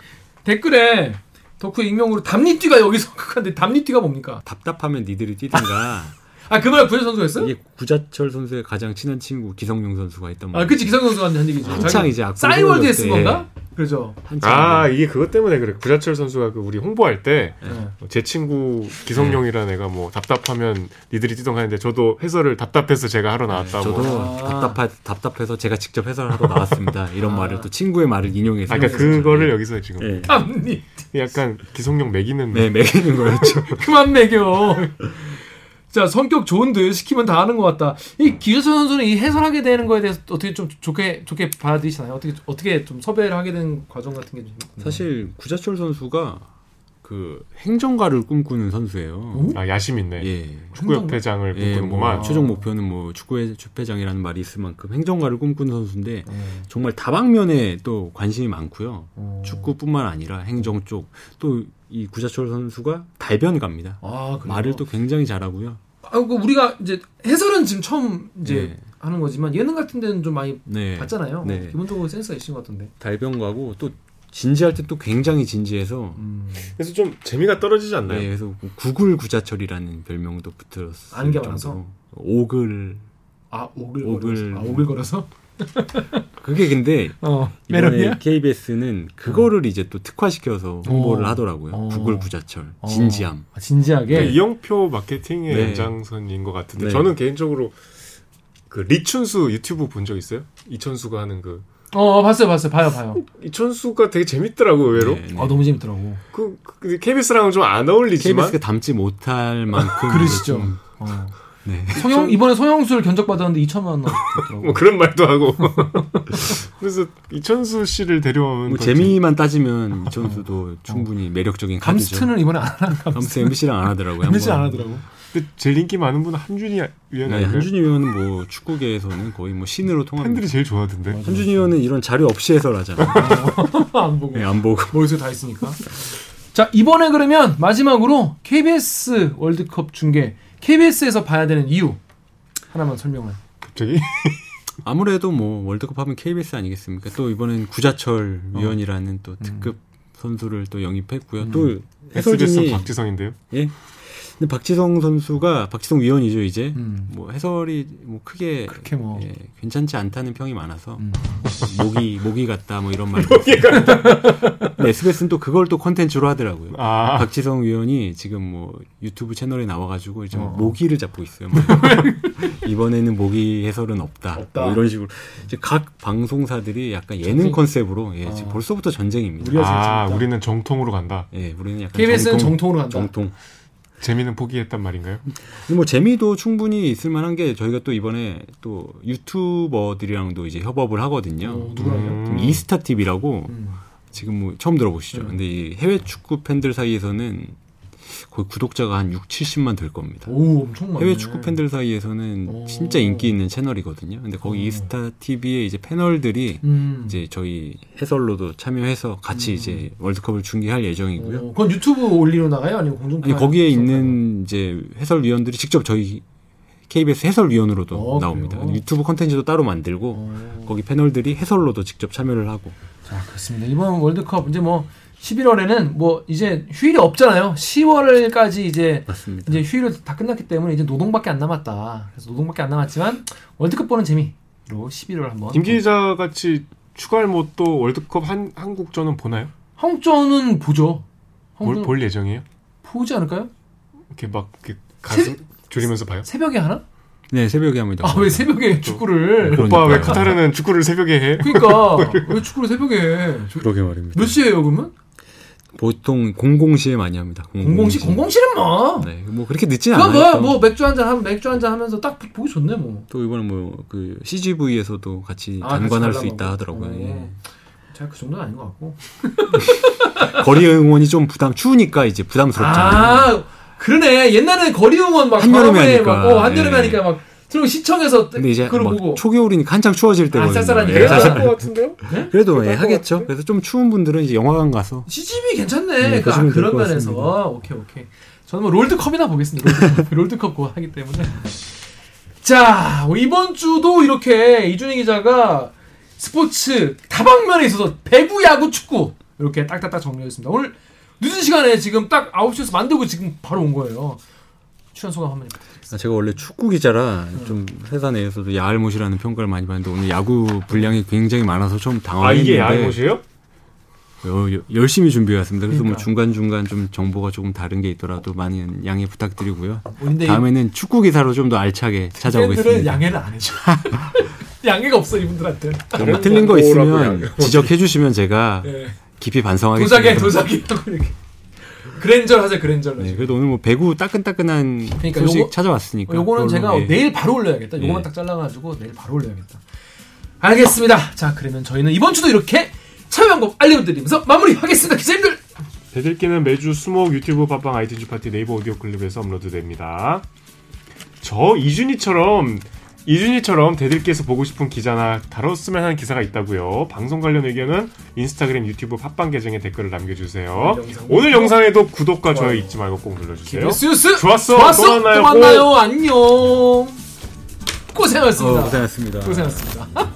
B: 댓글에 덕후 익명으로 담리띠가 여기서 극한데 담리띠가 뭡니까?
A: 답답하면 니들이 뛰든가.
B: 아 그 말 구현 선수가 했어?
A: 이게 구자철 선수의 가장 친한 친구 기성용 선수가 했던 말.
B: 아 그치 기성 선수가 한 얘기죠.
A: 한창
B: 자기
A: 이제 예. 악보
B: 싸이월드에
A: 세워졌을
B: 쓴
A: 때.
B: 건가? 그죠.
A: 한참
C: 아
A: 아,
C: 이게 그것 때문에 그래. 구자철 선수가 그 우리 홍보할 때
A: 네.
C: 어,
B: 예.
C: 제 친구 기성용이라는 애가 뭐 답답하면 니들이 뛰던 하는데 저도 해설을 답답해서 제가 하러 나왔다고.
A: 네, 저도
B: 아.
A: 답답하, 답답해서 제가 직접 해설하러 나왔습니다. 이런 말을 또 친구의 말을 인용해서.
C: 아, 그러니까
A: 했었죠.
C: 그거를 여기서 지금
A: 예.
B: 담리
C: 약간 기성용 매기는
A: 네, 매기는 거였죠.
B: 그만 매겨. 자 성격 좋은 듯 시키면 다 하는 것 같다. 이 기자철 선수는 이 해설하게 되는 거에 대해서 어떻게 좀 좋게 좋게 받아들이시나요? 어떻게 어떻게 좀 섭외를 하게 된 과정 같은 게 좀.
A: 사실 구자철 선수가 그 행정가를 꿈꾸는 선수예요.
C: 아 야심 있네.
A: 예.
C: 축구협회장을
A: 예,
C: 꿈꾸는구만.
A: 뭐 최종 목표는 뭐 축구의 주패장이라는 말이 있을 만큼 행정가를 꿈꾸는 선수인데 정말 다방면에 또 관심이 많고요. 축구뿐만 아니라 행정 쪽 또 이 구자철 선수가 달변가입니다.
B: 아 그래요?
A: 말을 또 굉장히 잘하고요.
B: 아, 그 우리가 이제 해설은 지금 처음 이제
A: 네.
B: 하는 거지만 예능 같은 데는 좀 많이
A: 네.
B: 봤잖아요.
A: 네.
B: 기본적으로 센스가 있으신 것 같은데.
A: 달변가고 또 진지할 때 또 굉장히 진지해서
B: 음.
C: 그래서 좀 재미가 떨어지지 않나요?
A: 네, 그래서 구글 구자철이라는 별명도 붙들었어요.
B: 안개 많아서?
A: 오글
B: 아 오글
A: 오글.
B: 걸어서. 아 오글 걸어서.
A: 그게 근데
B: 어.
A: 이번에 KBS는 그거를 이제 또 특화시켜서 홍보를
B: 어.
A: 하더라고요.
B: 어.
A: 구글 구자철
B: 어.
A: 진지함.
B: 아, 진지하게.
C: 그러니까 이영표 마케팅의
A: 예. 네.
C: 연장선인 것 같은데
A: 네.
C: 저는 개인적으로 그 리춘수 유튜브 본 적 있어요? 이천수가 하는 그
B: 어, 어 봤어요 봤어요 봐요 봐요.
C: 이천수가 되게 재밌더라고 의외로
A: 네, 네.
B: 아 너무 재밌더라고.
C: 그, 그 KBS랑은 좀 안 어울리지만
A: KBS가 담지 못할 만큼
B: 그러시죠.
A: 좀-
B: 어.
A: 네.
B: 성형 이번에 성형술 견적 받았는데 2천만 원 나왔더라고.
C: 뭐 그런 말도 하고 그래서 이천수 씨를 데려오면
A: 뭐
C: 더
A: 재미만 따지면 이천수도 충분히 매력적인
B: 감스트는 이번에 안 하는
A: 카드죠. 감스트 MBC랑 안 하더라고요.
B: MBC 안
A: 한번.
B: 하더라고.
C: 재밌- 근데 제일 인기 많은 분은 한준희 위원
A: 네,
C: 아닌가요?
A: 한준희 의원은 뭐 축구계에서는 거의 뭐 신으로 통합니다.
C: 팬들이 제일 좋아하던데
A: 한준희 의원은 이런 자료 없이 해설하잖아요.
B: 안 보고.
A: 네, 안 보고.
B: 머릿속에 다 있으니까. 자, 이번에 그러면 마지막으로 KBS 월드컵 중계, KBS에서 봐야 되는 이유 하나만 설명을.
C: 갑자기
A: 아무래도 뭐 월드컵 하면 KBS 아니겠습니까? 또 이번엔 구자철 위원이라는 또 특급 선수를 또 영입했고요. 음. 또
C: SBS는
A: 해설진이
C: 박지성인데요
A: 예. 근데 박지성 선수가 박지성 위원이죠 이제
B: 음.
A: 뭐 해설이 뭐 크게 음.
B: 그렇게 뭐.
A: 예, 괜찮지 않다는 평이 많아서 모기 모기 같다 뭐 이런 말 근데 SBS는 또 그걸 또 컨텐츠로 하더라고요.
C: 아.
A: 박지성 의원이 지금 뭐 유튜브 채널에 나와가지고
B: 어.
A: 지금 모기를 잡고 있어요. 막. 이번에는 모기 해설은 없다. 뭐 이런 식으로 이제 각 방송사들이 약간 예능 컨셉으로 예, 지금 벌써부터 전쟁입니다.
B: 아. 우리가
C: 아,
B: 재밌다.
C: 우리는 정통으로 간다.
A: 예, 우리는 약간
B: KBS는 정통으로 간다.
A: 정통.
C: 재미는 포기했단 말인가요?
A: 뭐 재미도 충분히 있을 만한 게 저희가 또 이번에 또 유튜버들이랑도 이제 협업을 하거든요.
B: 어, 누구랑요? 음.
A: 음. 이스타 TV라고 지금 뭐 처음 들어보시죠.
B: 네.
A: 근데 이 해외 축구 팬들 사이에서는 거의 구독자가 한 6, 70만 될 겁니다.
B: 오 엄청 많네.
A: 해외 축구 팬들 사이에서는
B: 음. 오.
A: 진짜 인기 있는 채널이거든요. 근데 거기 이스타 TV의 이제 패널들이
B: 음.
A: 이제 저희 해설로도 참여해서 같이 이제 월드컵을 중계할 예정이고요.
B: 어, 그건 유튜브 올리로 나가요? 아니면 공중파?
A: 아니 거기에 있는 이제 해설위원들이 직접 저희 KBS 해설위원으로도
B: 어,
A: 나옵니다.
B: 그래요?
A: 유튜브 컨텐츠도 따로 만들고 거기 패널들이 해설로도 직접 참여를 하고
B: 자 그렇습니다. 이번 월드컵 이제 뭐 11월에는 뭐 이제 휴일이 없잖아요. 10월까지 이제
A: 맞습니다.
B: 이제 휴일이 다 끝났기 때문에 이제 노동밖에 안 남았다. 그래서 노동밖에 안 남았지만 월드컵 보는 재미로 11월 한번.
C: 김 기자 같이 추가할 못도 월드컵 한, 한국전은 보나요?
B: 한국전은 보죠.
C: 볼,
B: 한국전
C: 볼 예정이에요?
B: 보지 않을까요?
C: 이렇게 막 이렇게 가슴 졸이면서 봐요?
B: 새벽에 하나?
A: 네 새벽에 합니다.
B: 아 왜 새벽에 축구를?
A: 그럼-
C: 오빠 왜
A: 그러니까요.
C: 카타르는 축구를 새벽에 해?
B: 그러니까 왜 축구를 새벽에 해? 저-
A: 그러게 말입니다.
B: 몇 시에요 그러면?
A: 보통 00시에 많이 합니다.
B: 00시 00시는 뭐.
A: 음, 네, 뭐 그렇게 늦진
B: 그거
A: 않아요.
B: 뭐, 뭐 맥주 한잔 하면 맥주 한잔 하면서 딱 보- 보기 좋네 뭐.
A: 또 이번에 뭐 그 CGV에서도 같이
B: 아,
A: 장관할
B: 같이
A: 수 있다
B: 관람하고.
A: 하더라고요. 예.
B: 어, 제가 그 정도는 아닌 것 같고.
A: 거리 응원이 좀 부담 추우니까 이제 부담스럽잖아요.
B: 아 그러네. 옛날에 거리 응원 막
A: 한여름에
B: 밤에
A: 하니까.
B: 막, 어, 한여름에
A: 예.
B: 하니까 막 그리고 시청에서
A: 근데 이제
B: 그걸
A: 막
B: 보고
A: 초겨울이니까 한창 추워질
B: 아
A: 때거든요.
B: 쌀쌀하니까.
A: 예,
B: 쌀쌀.
A: 쌀쌀-
F: 같은데요?
A: 그래도 예, 하겠죠. 그래서 좀 추운 분들은 이제 영화관 가서
B: CGV
A: 네,
B: 괜찮네. 그, 아,
A: 보시면 될것
B: 그런 면에서
A: 같습니다.
B: 오케이 오케이. 저는 뭐 롤드컵이나 보겠습니다. 롤드컵, 롤드컵 고 하기 때문에. 자 이번 주도 이렇게 이준희 기자가 스포츠 다방면에 있어서 배구, 야구, 축구 이렇게 딱딱딱 정리했습니다. 오늘 늦은 시간에 지금 딱 9시에서 만들고 지금 바로 온 거예요. 출연 소감 한번 해주세요.
A: 아, 제가 원래 축구 기자라 좀 회사 내에서도 야알못이라는 평가를 많이 받는데 오늘 야구 분량이 굉장히 많아서 처음
C: 아
A: 당황했는데
C: 이게 야이못이에요?
A: 여- 여- 열심히 준비해왔습니다. 그래서 뭐
B: 그러니까.
A: 중간 중간 좀 정보가 조금 다른 게 있더라도 많은 양해 부탁드리고요.
B: 근데
A: 다음에는 축구 기사로 좀 더 알차게
B: 이분들은
A: 찾아오겠습니다.
B: 양해를 안 해줘. 양해가 없어 이분들한테.
A: 그럼 뭐 틀린 거
C: 뭐라고
A: 있으면 지적해 주시면 제가
B: 아, 예.
A: 깊이 반성하겠습니다.
B: 도자기 도자기 하고 이렇게 그랜저 하자 그랜저.
A: 네, 그래도 오늘 뭐 배구 따끈따끈한
B: 그러니까
A: 소식
B: 요거-
A: 찾아왔으니까
B: 요거는
A: 그걸로,
B: 제가 어, 네.
A: 예.
B: 내일 바로 올려야겠다. 요거만
A: 예.
B: 딱 잘라가지고 내일 바로 올려야겠다. 알겠습니다. 자, 그러면 저희는 이번 주도 이렇게 참여 방법 알려드리면서 마무리하겠습니다. 기자님들!
C: 대들기는 매주 수목 유튜브 팟빵 아이튠즈 파티 네이버 오디오 클립에서 업로드됩니다. 저 이준희처럼 이준희처럼 대들기에서 보고 싶은 기자나 다뤘으면 하는 기사가 있다고요. 방송 관련 의견은 인스타그램, 유튜브 팟빵 계정에 댓글을 남겨주세요. 오늘 영상에도 구독과 좋아요 잊지 말고 꼭 눌러주세요.
B: KBS 뉴스!
C: 좋았어. 또
B: 좋았어! 또
C: 만나요.
B: 만나요. 안녕! 고생하셨습니다.
A: 어, 고생하셨습니다.
B: 고생하셨습니다.